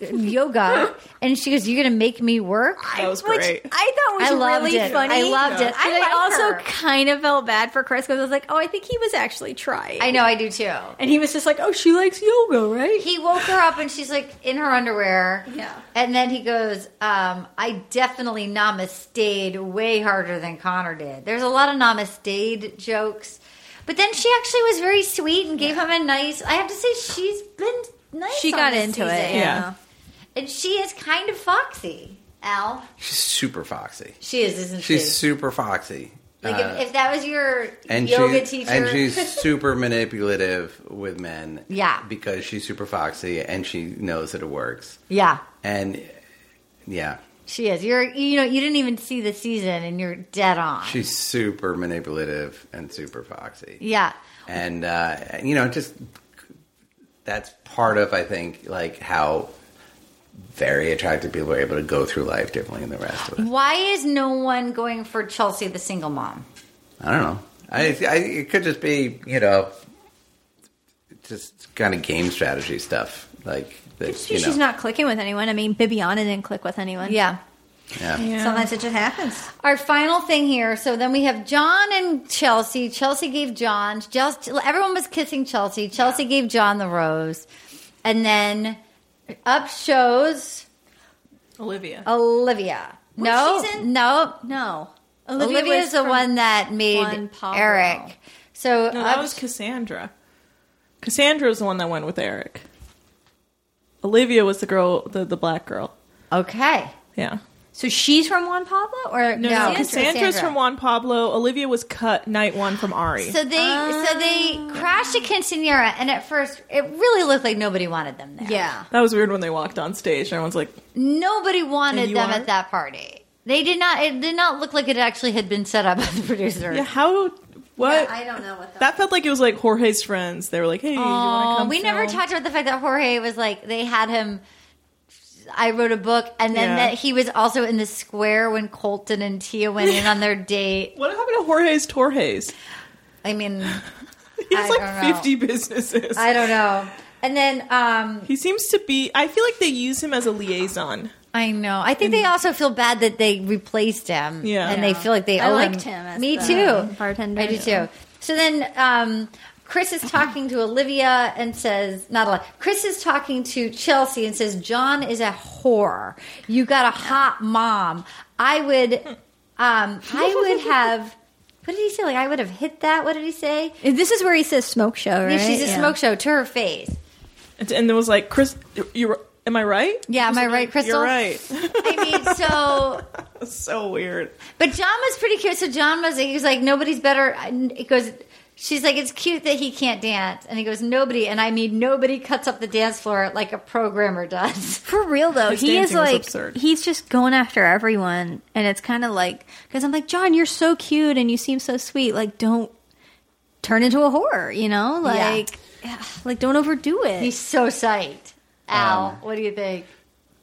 yoga," and she goes, "You're gonna make me work." That was Which great. I thought was I loved really it. funny. I loved it. But I I, like also her. kind of felt bad for Chris because I was like, oh, I think he was actually trying. I know I do too. And he was just like, oh, she likes yoga, right? He woke her up and she's like in her underwear. Yeah. And then he goes, um, I definitely namasteed way harder than Connor did. There's a lot of namasteed jokes. But then she actually was very sweet and gave him a nice I have to say she's been nice. she on got this into it. season. Yeah. And she is kind of foxy, Al. She's super foxy. She is, isn't She's she? super foxy. like Uh, if, if that was your and yoga she, teacher And she's super manipulative with men. Yeah. Because she's super foxy and she knows that it works. Yeah. And yeah, She is. You're you know, you didn't even see the season and you're dead on. she's super manipulative and super foxy. yeah. And, uh, you know, just that's part of, I think, like how very attractive people are able to go through life differently than the rest of us. Why is no one going for Chelsea, the single mom? I don't know. I, I it could just be you know, just kind of game strategy stuff. Like that, you know, She's not clicking with anyone. I mean, Bibiana didn't click with anyone. Yeah. yeah. Sometimes it just happens. Our final thing here. So then we have John and Chelsea. Chelsea gave John. Chelsea, everyone was kissing Chelsea. Chelsea gave John the rose, and then up shows Olivia. Olivia. no, Well, she's in- no. No. Olivia Olivia's was the from- one that Juan made Pablo. Eric. So No, that up- was Cassandra. Cassandra was the one that went with Eric. Olivia was the girl, the, the black girl. okay. Yeah. So she's from Juan Pablo, or No, Cassandra's Cassandra. from Juan Pablo. Olivia was cut night one from Ari. So they so Ah. they crashed a quinceanera, and at first it really looked like nobody wanted them there. Yeah. that was weird when they walked on stage. Everyone's like, Nobody And wanted you them are? at that party. They did not. It did not look like it actually had been set up by the producer. yeah, how, what? don't know what that felt like it was like Jorge's friends. They were like, hey, you want to Oh, come? we never film? talked about the fact that Jorge was like they had him. I wrote a book, and then Yeah. that he was also in the square when Colton and Tia went in on their date. What happened to Jorge's Torres? I mean, He I has don't like know. 50 businesses. I don't know. And then um, he seems to be, I feel like they use him as a liaison. I know. I think they also feel bad that they replaced him. Yeah. And they feel like they I owe liked him. him as Me the too. bartender. I do too. So then um, Chris is talking to Olivia and says, not a lot. Chris is talking to Chelsea and says, John is a whore. You got a hot mom. I would, um, I would have, what did he say? Like, I would have hit that. What did he say? This is where he says smoke show, right? She's a Yeah. smoke show to her face. And, and there was like, Chris, you were, am I right? Yeah, am I right, Crystal? You're right. I mean, so That's so weird. But John was pretty cute. So John was he was like nobody's better. And It goes. She's like, it's cute that he can't dance, and he goes, nobody, and I mean nobody cuts up the dance floor like a programmer does. For real though, His he is dancing was like absurd. he's just going after everyone, and it's kind of like because I'm like John, you're so cute and you seem so sweet. Like, don't turn into a whore, you know? Yeah. Like, like don't overdo it. He's so psyched. Al, what do you think?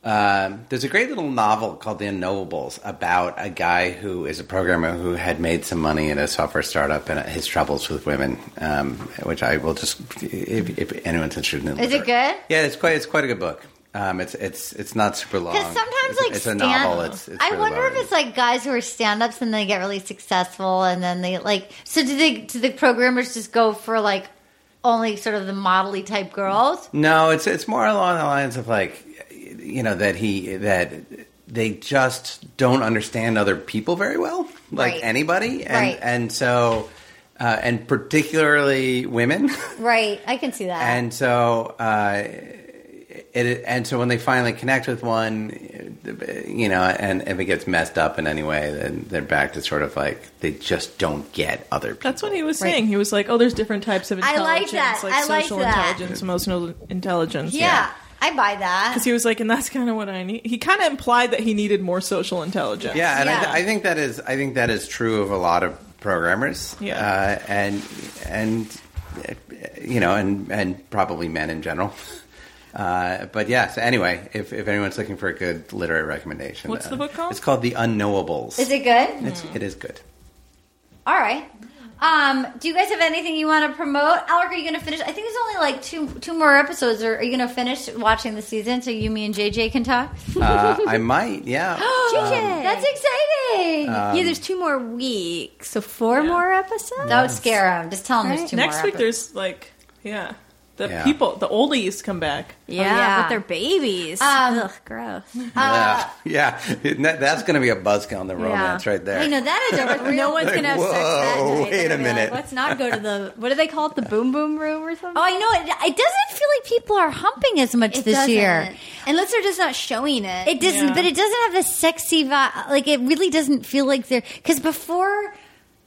Um, there's a great little novel called The Unknowables about a guy who is a programmer who had made some money at a software startup and his troubles with women, um, which I will just if, if anyone's interested in. Is it good? Yeah, it's quite it's quite a good book. Um, it's it's it's not super long. Because sometimes, um, It's- like, it's a stand- novel. It's, it's I really wonder long. if it's like guys who are stand-ups and they get really successful, and then they like. So do they? Do the programmers just go for like only sort of the modelly type girls? No, it's it's more along the lines of like you know that he that they just don't understand other people very well, like Right. anybody, and Right. and so uh, and particularly women. Right. I can see that. and so uh, it and so when they finally connect with one, you know, and if it gets messed up in any way, then they're back to sort of like they just don't get other people. That's what he was Right. saying. He was like, "Oh, there's different types of I like intelligence, that. like I like social that. intelligence, emotional intelligence." yeah, I buy that. Because he was like, and that's kind of what I need. He kind of implied that he needed more social intelligence. Yeah, and I, Yeah. th- I think that is I think that is true of a lot of programmers. Yeah. uh, and and uh, you know, and and probably men in general. Uh, but yeah, so anyway, if, if anyone's looking for a good literary recommendation, What's the uh, book called? It's called The Unknowables. Is it good? It's, it is good. All right. Um, do you guys have anything you want to promote? Alec, are you going to finish? I think there's only like two two more episodes. Or are you going to finish watching the season so you, me, and JJ can talk? Uh, I might, yeah. JJ, That's exciting. yeah, Um, there's two more weeks, so four more episodes. Don't scare him. Just tell him there's Right. two Next more week, episodes. there's like, yeah, the Yeah. people, the oldies come back. Oh, yeah, yeah. with their babies. Um, Ugh, gross. Uh, yeah, Uh, yeah. That- that's going to be a buzzkill on the romance right there. Wait, no, that is over. No one's Like, gonna have sex that whoa, night. wait They're a gonna be like, minute. Let's not go to the what do they call it? The boom boom room or something? Oh, I know. It, it doesn't feel like people are humping as much this year. unless they're just not showing it. It doesn't, Yeah. but it doesn't have the sexy vibe. Like it really doesn't feel like they're because before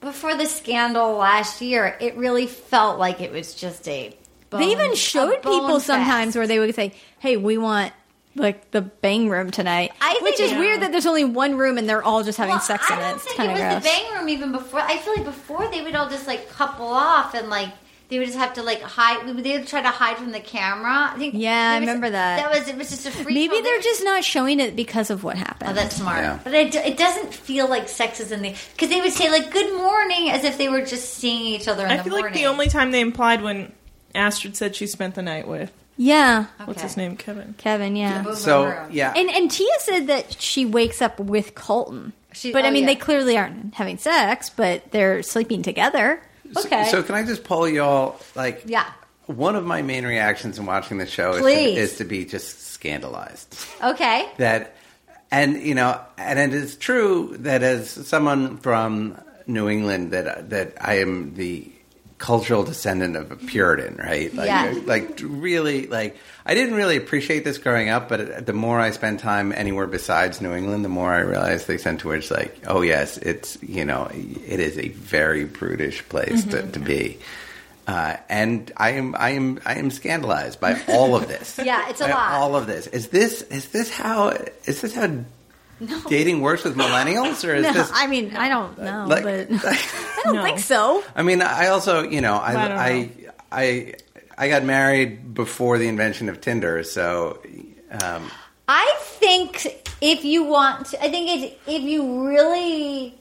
before the scandal last year, it really felt like it was just a. Bone, they even a showed bone people fest. sometimes where they would say, "Hey, we want." Like the bang room tonight, I think which is it- weird that there's only one room and they're all just having Well, sex in I don't it. It's think kind it of was gross. the bang room even before. I feel like before they would all just like couple off and like they would just have to like hide. They would try to hide from the camera. I think. Yeah, I there was- remember that. That was it. Was just a free. Maybe for- they're just not showing it because of what happened. Oh, that's smart. Yeah. But it, it doesn't feel like sex is in the because they would say like "good morning" as if they were just seeing each other in I the feel morning. like the only time they implied when Astrid said she spent the night with yeah, what's his name, Kevin. Kevin. Yeah, Boom, boom So, room. yeah. and and Tia said that she wakes up with Colton, She- but oh, I mean yeah. they clearly aren't having sex, but they're sleeping together. okay. So can I just pull y'all like Yeah. One of my main reactions in watching the show is Please. to, is to be just scandalized okay. that, and you know, and it is true that as someone from New England that that I am the cultural descendant of a Puritan, right? Like, Yeah. like really, like I didn't really appreciate this growing up, but the more I spend time anywhere besides New England, the more I realize the extent to which, like, oh yes, it's you know, it is a very brutish place to, to be. Uh, and I am, I am, I am scandalized by all of this. Yeah, it's a By lot. All of this is this is this how is this how dating works with millennials, or is No, this I mean I don't know, like? but I don't No. think so. I mean, I also, you know, I, I don't I, know. I, I, got married before the invention of Tinder, so um, I think if you want, to, I think it, if you really,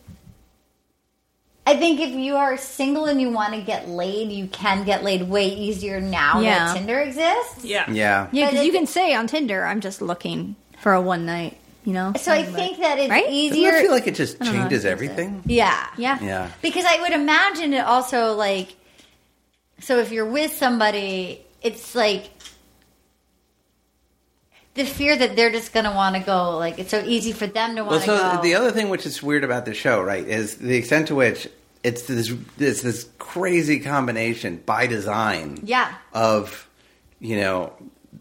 I think if you are single and you want to get laid, you can get laid way easier now Yeah. that Tinder exists. Yeah, yeah, Yeah, But because you it- can say on Tinder, I'm just looking for a one night. You know, So I But- think that it's Right? Doesn't that Doesn't easier. feel like it just know, changes I think so. everything? yeah, yeah, Yeah, Because I would imagine it also like so if you're with somebody, it's like the fear that they're just gonna want to go. Like it's so easy for them to Well, want to so go. the other thing which is weird about the show, right, is the extent to which it's this this this crazy combination by design, Yeah. of you know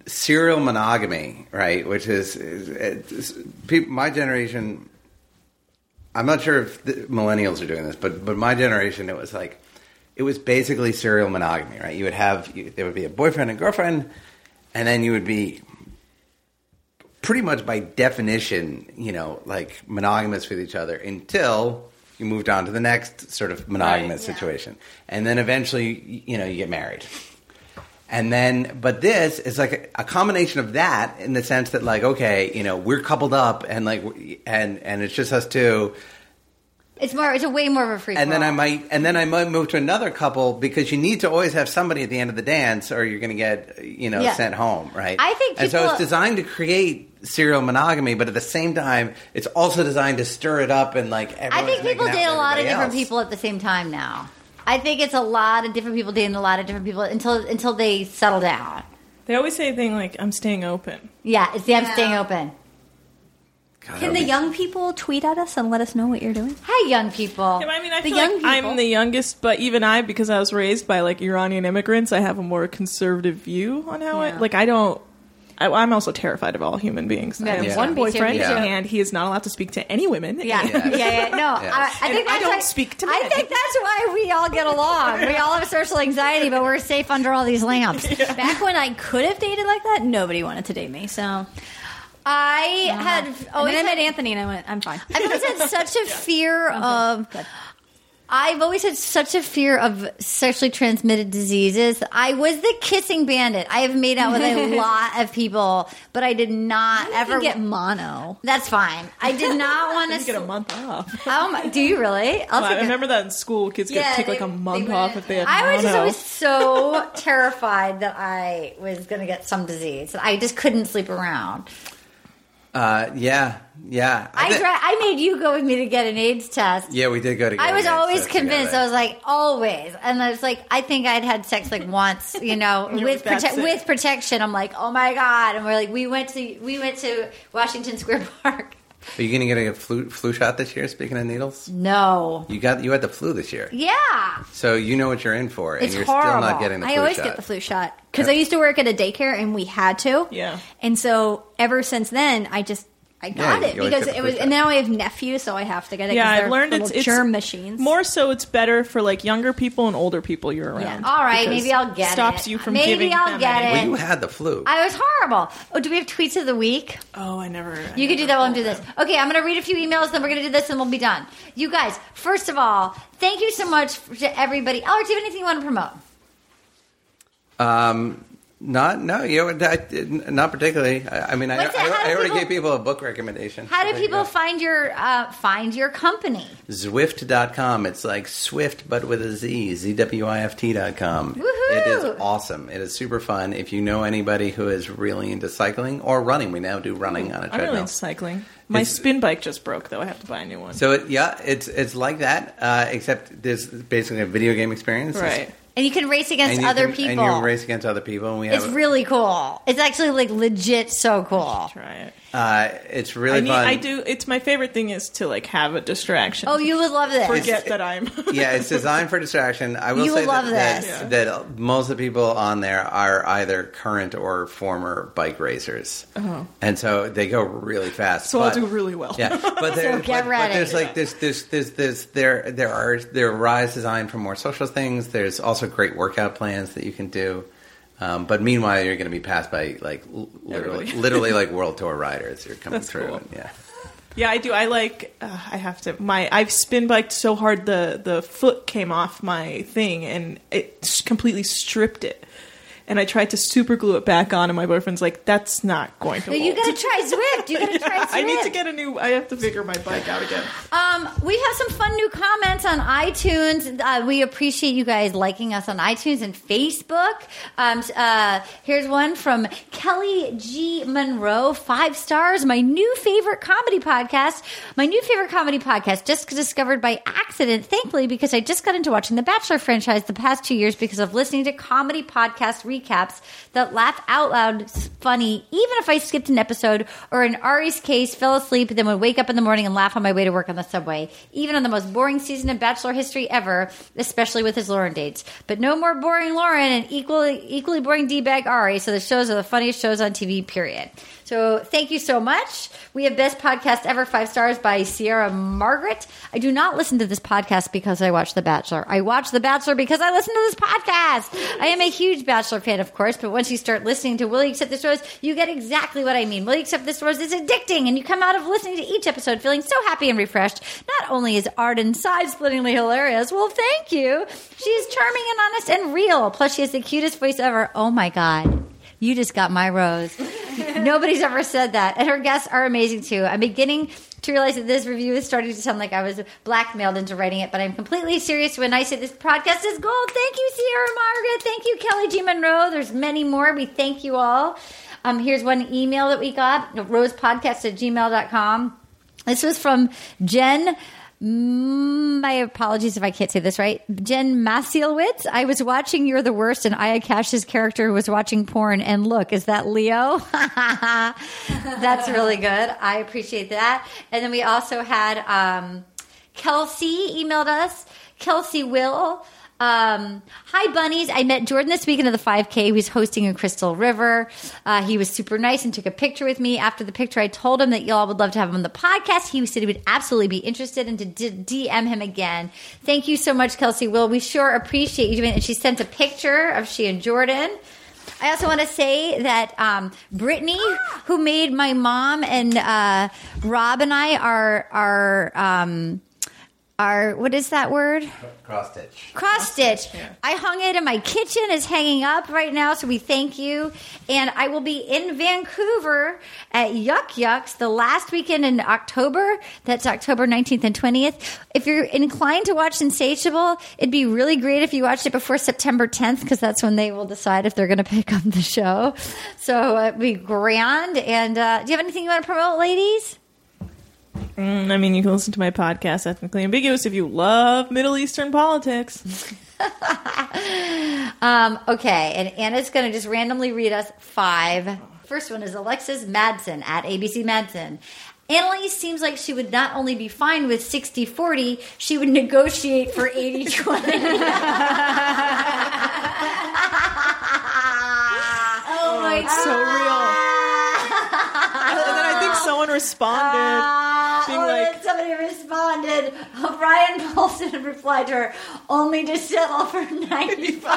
serial monogamy, right, which is, is it's, peop my generation. I'm not sure if the millennials are doing this, but but my generation, it was like it was basically serial monogamy, right? You would have you, there would be a boyfriend and girlfriend, and then you would be pretty much by definition, you know, like monogamous with each other until you moved on to the next sort of monogamous Right, yeah. situation. And then eventually, y- you know, you get married. And then, but this is like a, a combination of that in the sense that, like, okay, you know, we're coupled up and like, we- and, and it's just us two. it's more. It's a way more of a free. And then for all. I might, and then I might move to another couple because you need to always have somebody at the end of the dance, or you're going to get, you know, Yeah. sent home, right? I think and so people- it's designed to create serial monogamy, but at the same time, it's also designed to stir it up and like. I think everyone's people making out date a with lot of everybody different else. people at the same time now. I think it's a lot of different people dating a lot of different people until until they settle down. they always say a thing like, "I'm staying open." Yeah, it's the I'm staying open. God, Can that the would young people tweet at us and let us know what you're doing? Hi, young people. I mean, I The feel young like people. I'm the youngest, but even I, because I was raised by like Iranian immigrants, I have a more conservative view on how I Yeah. like. I don't. I, I'm also terrified of all human beings. I Yeah, have me too, one me too, me boyfriend, too. and he is not allowed to speak to any women. Yeah, yeah, Yeah. yeah. No, Yeah. I, I And think I that's don't why- speak to I men. think that's why we all get along. We all have social anxiety, but we're safe under all these lamps. Back when I could have dated like that, nobody wanted to date me. So I had Uh-huh. oh, always and then I had, met Anthony, and I went, "I'm fine." I've always had such a fear of. Good. I've always had such a fear of sexually transmitted diseases. I was the kissing bandit. I have made out with a lot of people, but I did not I ever can get mono. That's fine. I did not want You to. get a month off. Oh my! Do you really? I'll I take it. remember that in school, kids could take like they- a month they off wouldn't- if they had. I was just mono. always so terrified that I was going to get some disease. I just couldn't sleep around. Uh, yeah, yeah. I thi- dri- I made you go with me to get an AIDS test. Yeah, we did go together. I was yeah, always so convinced. together. I was like, always, and I was like, I think I'd had sex like once, you know, with that's prote- it. with protection. I'm like, oh my god, and we're like, we went to we went to Washington Square Park. Are you going to get a flu, flu shot this year? Speaking of needles, No, you got you had the flu this year, yeah, so you know what you're in for, and It's you're horrible. still not getting the I flu always shot. get the flu shot because I used to work at a daycare and we had to. Yeah. And so ever since then, I just I got you it always because get the it flu was. shot. And now I have nephews, so I have to get it. 'cause yeah, they're I've learned little it's, it's germ machines. More so, it's better for like younger people and older people you're around. All right, because maybe I'll get stops it. you from Maybe giving I'll them get any- it. Well, you had the flu. I was horrible. Oh, do we have tweets of the week? Oh, I never. I You can do never that while I'm pulled doing this. Okay, I'm going to read a few emails, then we're going to do this, and we'll be done. You guys, first of all, thank you so much f- to everybody. Alex, do you have anything you want to promote? Um, Not no, you know, I, not particularly. I, I mean, I, What's it- how I, do I already people- gave people a book recommendation. How There do you people go. find your uh, find your company? Zwift.com. It's like Swift, but with a Z. Z-W-I-F-T.com. Woohoo! It is awesome. It is super fun. If you know anybody who is really into cycling or running, we now do running on a I'm treadmill. really into cycling. My It's- spin bike just broke, though. I have to buy a new one. so it, yeah, it's it's like that, uh, except there's basically a video game experience. right. And you can race against And you other can- people. And you can race against other people. And we have it's really cool. It's actually like legit so cool. Try it. uh, it's really I need. fun. I do. It's my favorite thing is to like have a distraction. Oh, you would love this. forget that I'm. yeah, it's designed for distraction. I will You will say that, love that, this. that most of the people on there are either current or former bike racers, Uh-huh. and so they go really fast. So I'll but- do really well. Yeah, but there, get but, ready. but there's like there's there's there's there's there there are there are rides designed for more social things. There's also great workout plans that you can do. Um, but meanwhile, you're going to be passed by like l- literally, Everybody. literally like world tour riders. You're coming That's through. cool. and- Yeah. Yeah, I do. I like. Uh, I have to. My I've spin biked so hard the the foot came off my thing and it s- completely stripped it. And I tried to super glue it back on, and my boyfriend's like, "That's not going to." But you hold." got to try Zwift. You got to try Zwift. I need to get a new. I have to figure my bike out again. Um, we have some fun new comments on iTunes. Uh, we appreciate you guys liking us on iTunes and Facebook. Um, s- uh, here's one from Kelly G. Monroe, five stars. My new favorite comedy podcast. My new favorite comedy podcast, just discovered by accident, thankfully, because I just got into watching The Bachelor franchise the past two years because of listening to comedy podcast recaps that laugh out loud s- funny, even if I skipped an episode or in Ari's case, fell asleep, then would wake up in the morning and laugh on my way to work on the subway, even on the most boring season of Bachelor history ever, especially with his Lauren dates. But no more boring Lauren and equally equally boring D bag Ari. So the shows are the funniest shows on TV. Period. So thank you so much. We have best podcast ever five stars by Sierra Margaret. I do not listen to this podcast because I watch The Bachelor. I watch The Bachelor because I listen to this podcast. I am a huge Bachelor fan, of course, but once you start listening to Will You Accept This Rose, you get exactly what I mean. Will You Accept This Rose is addicting, and you come out of listening to each episode feeling so happy and refreshed. Not only is Arden side-splittingly hilarious, well, thank you. She is charming and honest and real. Plus, she has the cutest voice ever. Oh my God. You just got my rose. Nobody's ever said that. And her guests are amazing too. I'm beginning to realize that this review is starting to sound like I was blackmailed into writing it, but I'm completely serious when I say this podcast is gold. Thank you, Sierra Margaret. Thank you, Kelly G. Monroe. There's many more. We thank you all. Um, here's one email that we got rosepodcast at gmail.com. This was from Jen mm, My apologies if I can't say this right. Jen Masielwitz, I was watching You're the Worst, and Aya Cash's character was watching porn. And look, is that Leo? That's really good. I appreciate that. And then we also had um, Kelsey emailed us. Kelsey Will. Um, hi, bunnies. I met Jordan this weekend at the 5K. He was hosting in Crystal River. Uh, he was super nice and took a picture with me. After the picture, I told him that y'all would love to have him on the podcast. He said he would absolutely be interested and to d- DM him again. Thank you so much, Kelsey Will. We sure appreciate you doing it. And she sent a picture of she and Jordan. I also want to say that um, Brittany, who made my mom and uh, Rob and I are are um, are what is that word? Cross stitch. cross stitch. I hung it in my kitchen. It's hanging up right now, so we thank you. And I will be in Vancouver at Yuck Yucks the last weekend in October. That's October 19th and 20th. If you're inclined to watch Insatiable, it'd be really great if you watched it before September 10th because that's when they will decide if they're going to pick up the show. So uh, it'd be grand. And uh, do you have anything you want to promote, ladies? Mm, I mean, you can listen to my podcast, Ethnically Ambiguous, if you love Middle Eastern politics. Um, okay, and Anna's going to just randomly read us five. First one is Alexis Madsen at ABC Madsen. Annalise seems like she would not only be fine with 60 40, she would negotiate for 80 20. oh my It's so real. And then I think someone responded. being or like- then somebody responded, Brian Paulson replied to her, only to settle for 95.5. Oh,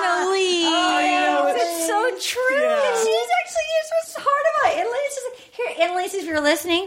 know, Annalise. it's- It's so true. Yeah. And she's actually, here's what's hard about it. Annalise is, here, Annalise, if you're listening,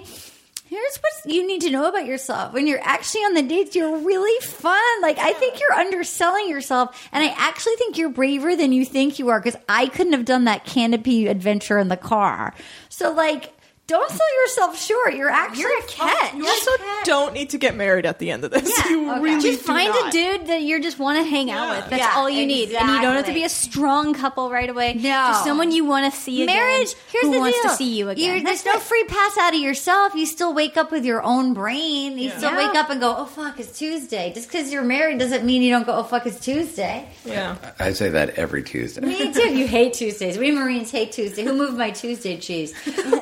here's what you need to know about yourself. When you're actually on the dates, you're really fun. Like, I think you're underselling yourself. And I actually think you're braver than you think you are because I couldn't have done that canopy adventure in the car. So, like, don't sell yourself short. You're actually a catch. You also don't need to get married at the end of this. you okay. really Just do find not. a dude that you just want to hang out Yeah. with. That's Yeah, all you need, and you don't have to exactly. be a strong couple right away. No. just someone you want to see. again marriage here's who the wants deal. to see you You're- again. there's That's no it. free pass out of yourself you still wake up with your own brain you still Yeah. wake up and go oh fuck it's tuesday just because you're married doesn't mean you don't go oh fuck it's tuesday Yeah. I say that every Tuesday. me too you hate tuesdays we marines hate tuesday who moved my tuesday cheese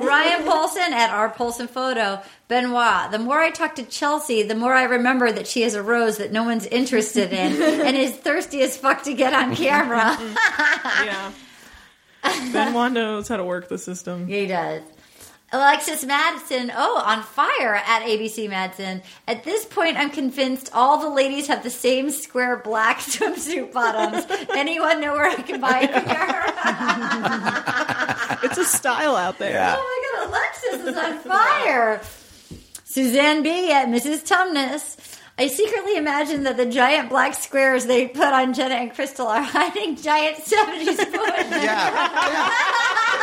ryan paulson at our paulson photo benoit the more i talk to chelsea the more i remember that she has a rose that no one's interested in and is thirsty as fuck to get on camera yeah. Benoit knows how to work the system. He does. Alexis Madsen, oh, on fire at ABC Madsen. At this point, I'm convinced all the ladies have the same square black swimsuit bottoms. Anyone know where I can buy a pair? It's a style out there. Yeah. oh my god, Alexis is on fire. Suzanne B at Mrs. Tumnus. I secretly imagine that the giant black squares they put on Jenna and Crystal are hiding giant 70s foot. Yeah.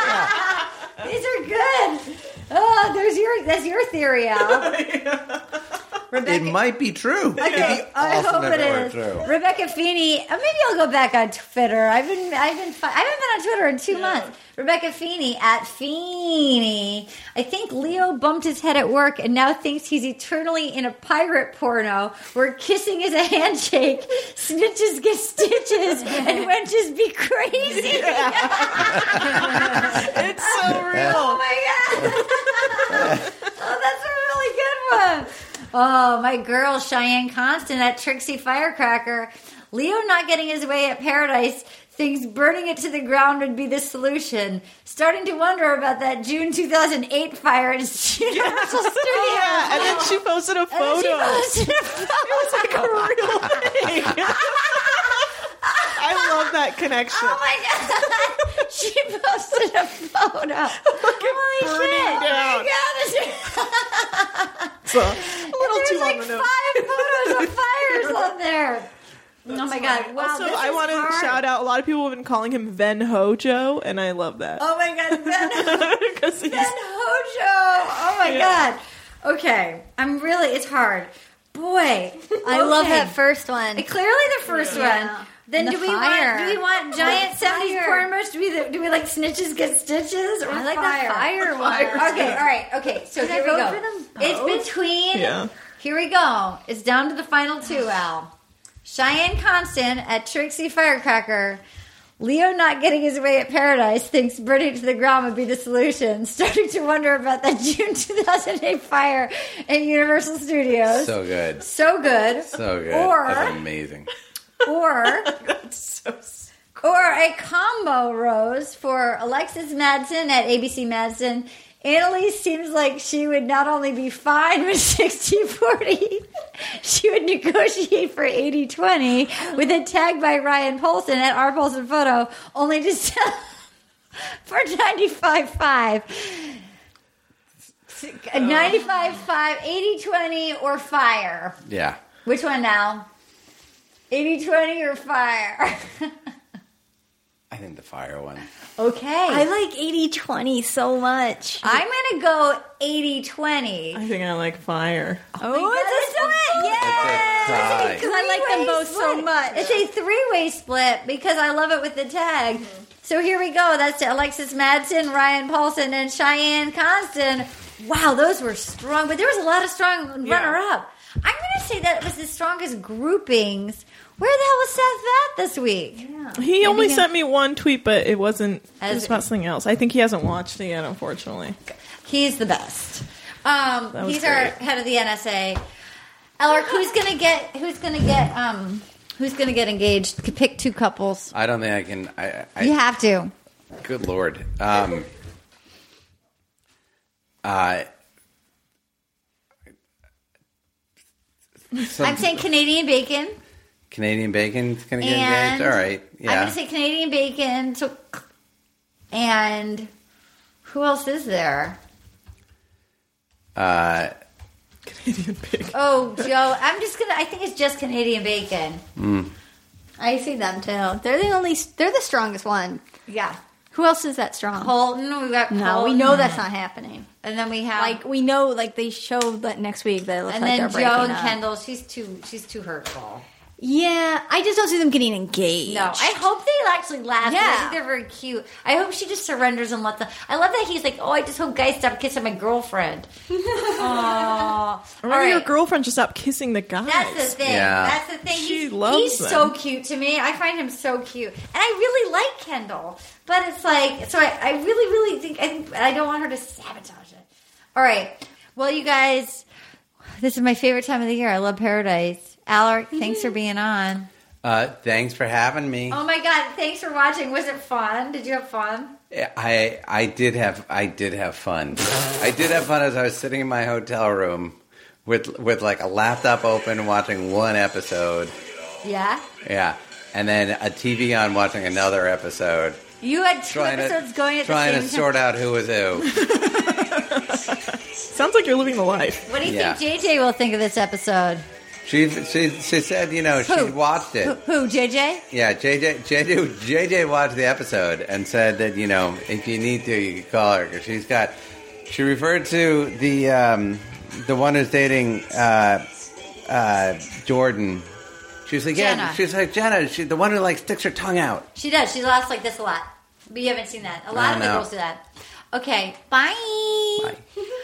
These are good. Oh, there's your that's your theory, Al. It Rebecca, might be true. It'd be I hope awesome if it were is. true. Rebecca Feeney. uh, Maybe I'll go back on Twitter. I've been I've been fi- I haven't been on Twitter in two months. Rebecca Feeney at Feeney. I think Leo bumped his head at work and now thinks he's eternally in a pirate porno where kissing is a handshake, snitches get stitches, and wenches be crazy. It's so Oh real. my god! oh, that's a really good one. Oh, my girl Cheyenne Constant at Trixie Firecracker. Leo not getting his way at Paradise thinks burning it to the ground would be the solution. Starting to wonder about that June 2008 fire in Universal Studios. Yeah, and then she posted a And then she photo. posted a photo. It's like a real thing. I love that connection. Oh my god! she posted a photo. Holy burning shit! Oh down. my god! It's a little There's too like long to know. five photos of fires on there. oh my god! Wow, also, this I is want to hard. shout out. A lot of people have been calling him Ven Hojo, and I love that Oh my god, Ben, because he's ben Hojo! Oh my Yeah. god! Okay, I'm really. It's hard, boy. I love okay. that first one. Clearly, the first Yeah. one. Then And do the we fire. want do we want giant seventies fire. porn merch? Do we do we like snitches get stitches? Or I like fire? the fire one. Okay, all right, okay. So Can I here we vote go. for them both? It's between. Yeah. Here we go. It's down to the final two. Al, Cheyenne Constant at Trixie Firecracker. Leo not getting his way at paradise thinks burning to the ground would be the solution. Starting to wonder about that June 2008 fire at Universal Studios. So, So good. good. So good. Or That's amazing. or So s- or a combo rose for Alexis Madsen at ABC Madsen. Annalise seems like she would not only be fine with 60 40, she would negotiate for 80 20 with a tag by Ryan Polson at R Polson Photo, only to sell for 95 5. 95 5, 80 20, or fire. Yeah. Which one now? 80 20 or fire? I think the fire one. Okay. I like 80 20 so much. I'm going to go 80 20. I think I like fire. Oh, Yeah! It's a tie. 'Cause I like them both so much. It's a three way split because I love it with the tag. Mm-hmm. So here we go. That's to Alexis Madsen, Ryan Paulson, and Cheyenne Constant. Wow, those were strong, but there was a lot of strong Yeah. runner up. I'm going to say that was the strongest groupings. Where the hell was Seth Vatt this week? He only sent me one tweet, but it wasn't. It As- was about something else. I think he hasn't watched it yet, unfortunately. He's the best. Um, That was he's our great. head of the NSA. Elric, who's gonna get? Who's gonna get? Um, who's gonna get engaged? C- Pick two couples. I don't think I can. I, I, You have to. Good lord. Um, uh, some I'm saying Canadian bacon, Canadian bacon's gonna get and engaged. All right. I'm Yeah. gonna say Canadian bacon. So, and who else is there? uh, Canadian pig. Oh, Joe. I'm just gonna. I think it's just Canadian bacon. I see them too. They're the only. They're the strongest one. Yeah, Who else is that strong? Colton. We got no, we Colton. know that's not happening. And then we have Like we know, like they showed that next week that it looks and like then they're breaking Joe and up. Kendall. She's too. She's too hurtful. Yeah, I just don't see them getting engaged. No, I hope they actually laugh. Yeah. I Yeah. think they're very cute. I hope she just surrenders and lets them. I love that he's like, oh, I just hope guys stop kissing my girlfriend. Aww. All Or your right. girlfriend just stopped kissing the guys. That's the thing. Yeah. That's the thing. She he's loves he's them. so cute to me. I find him so cute, and I really like Kendall. But it's like, so I, I really, really think I, think- I don't want her to sabotage it. All right. Well, you guys, this is my favorite time of the year. I love Paradise. Alaric, thanks Mm-hmm. for being on. uh, thanks for having me. Oh my god, thanks for watching. Was it fun? Did you have fun? I I did have I did have fun. I did have fun as I was sitting in my hotel room with with like a laptop open watching one episode. Yeah. Yeah. And then a TV on watching another episode. You had two Trying episodes to going at trying the to same sort out who was who. Sounds like you're living the life. time. What do you Yeah. think JJ will think of this episode? She she she said, you know, Who? she watched Who, it. who JJ? Yeah, JJ JJ JJ watched the episode and said that you know if you need to, you can call her because she's got. She referred to the um, the one who's dating uh, uh, Jordan. She was like, yeah, Jenna. she was like Jenna, she, the one who like sticks her tongue out. She does. She laughs like this a lot. But you haven't seen that. A lot I of the know. girls do that. Okay. Bye. Bye.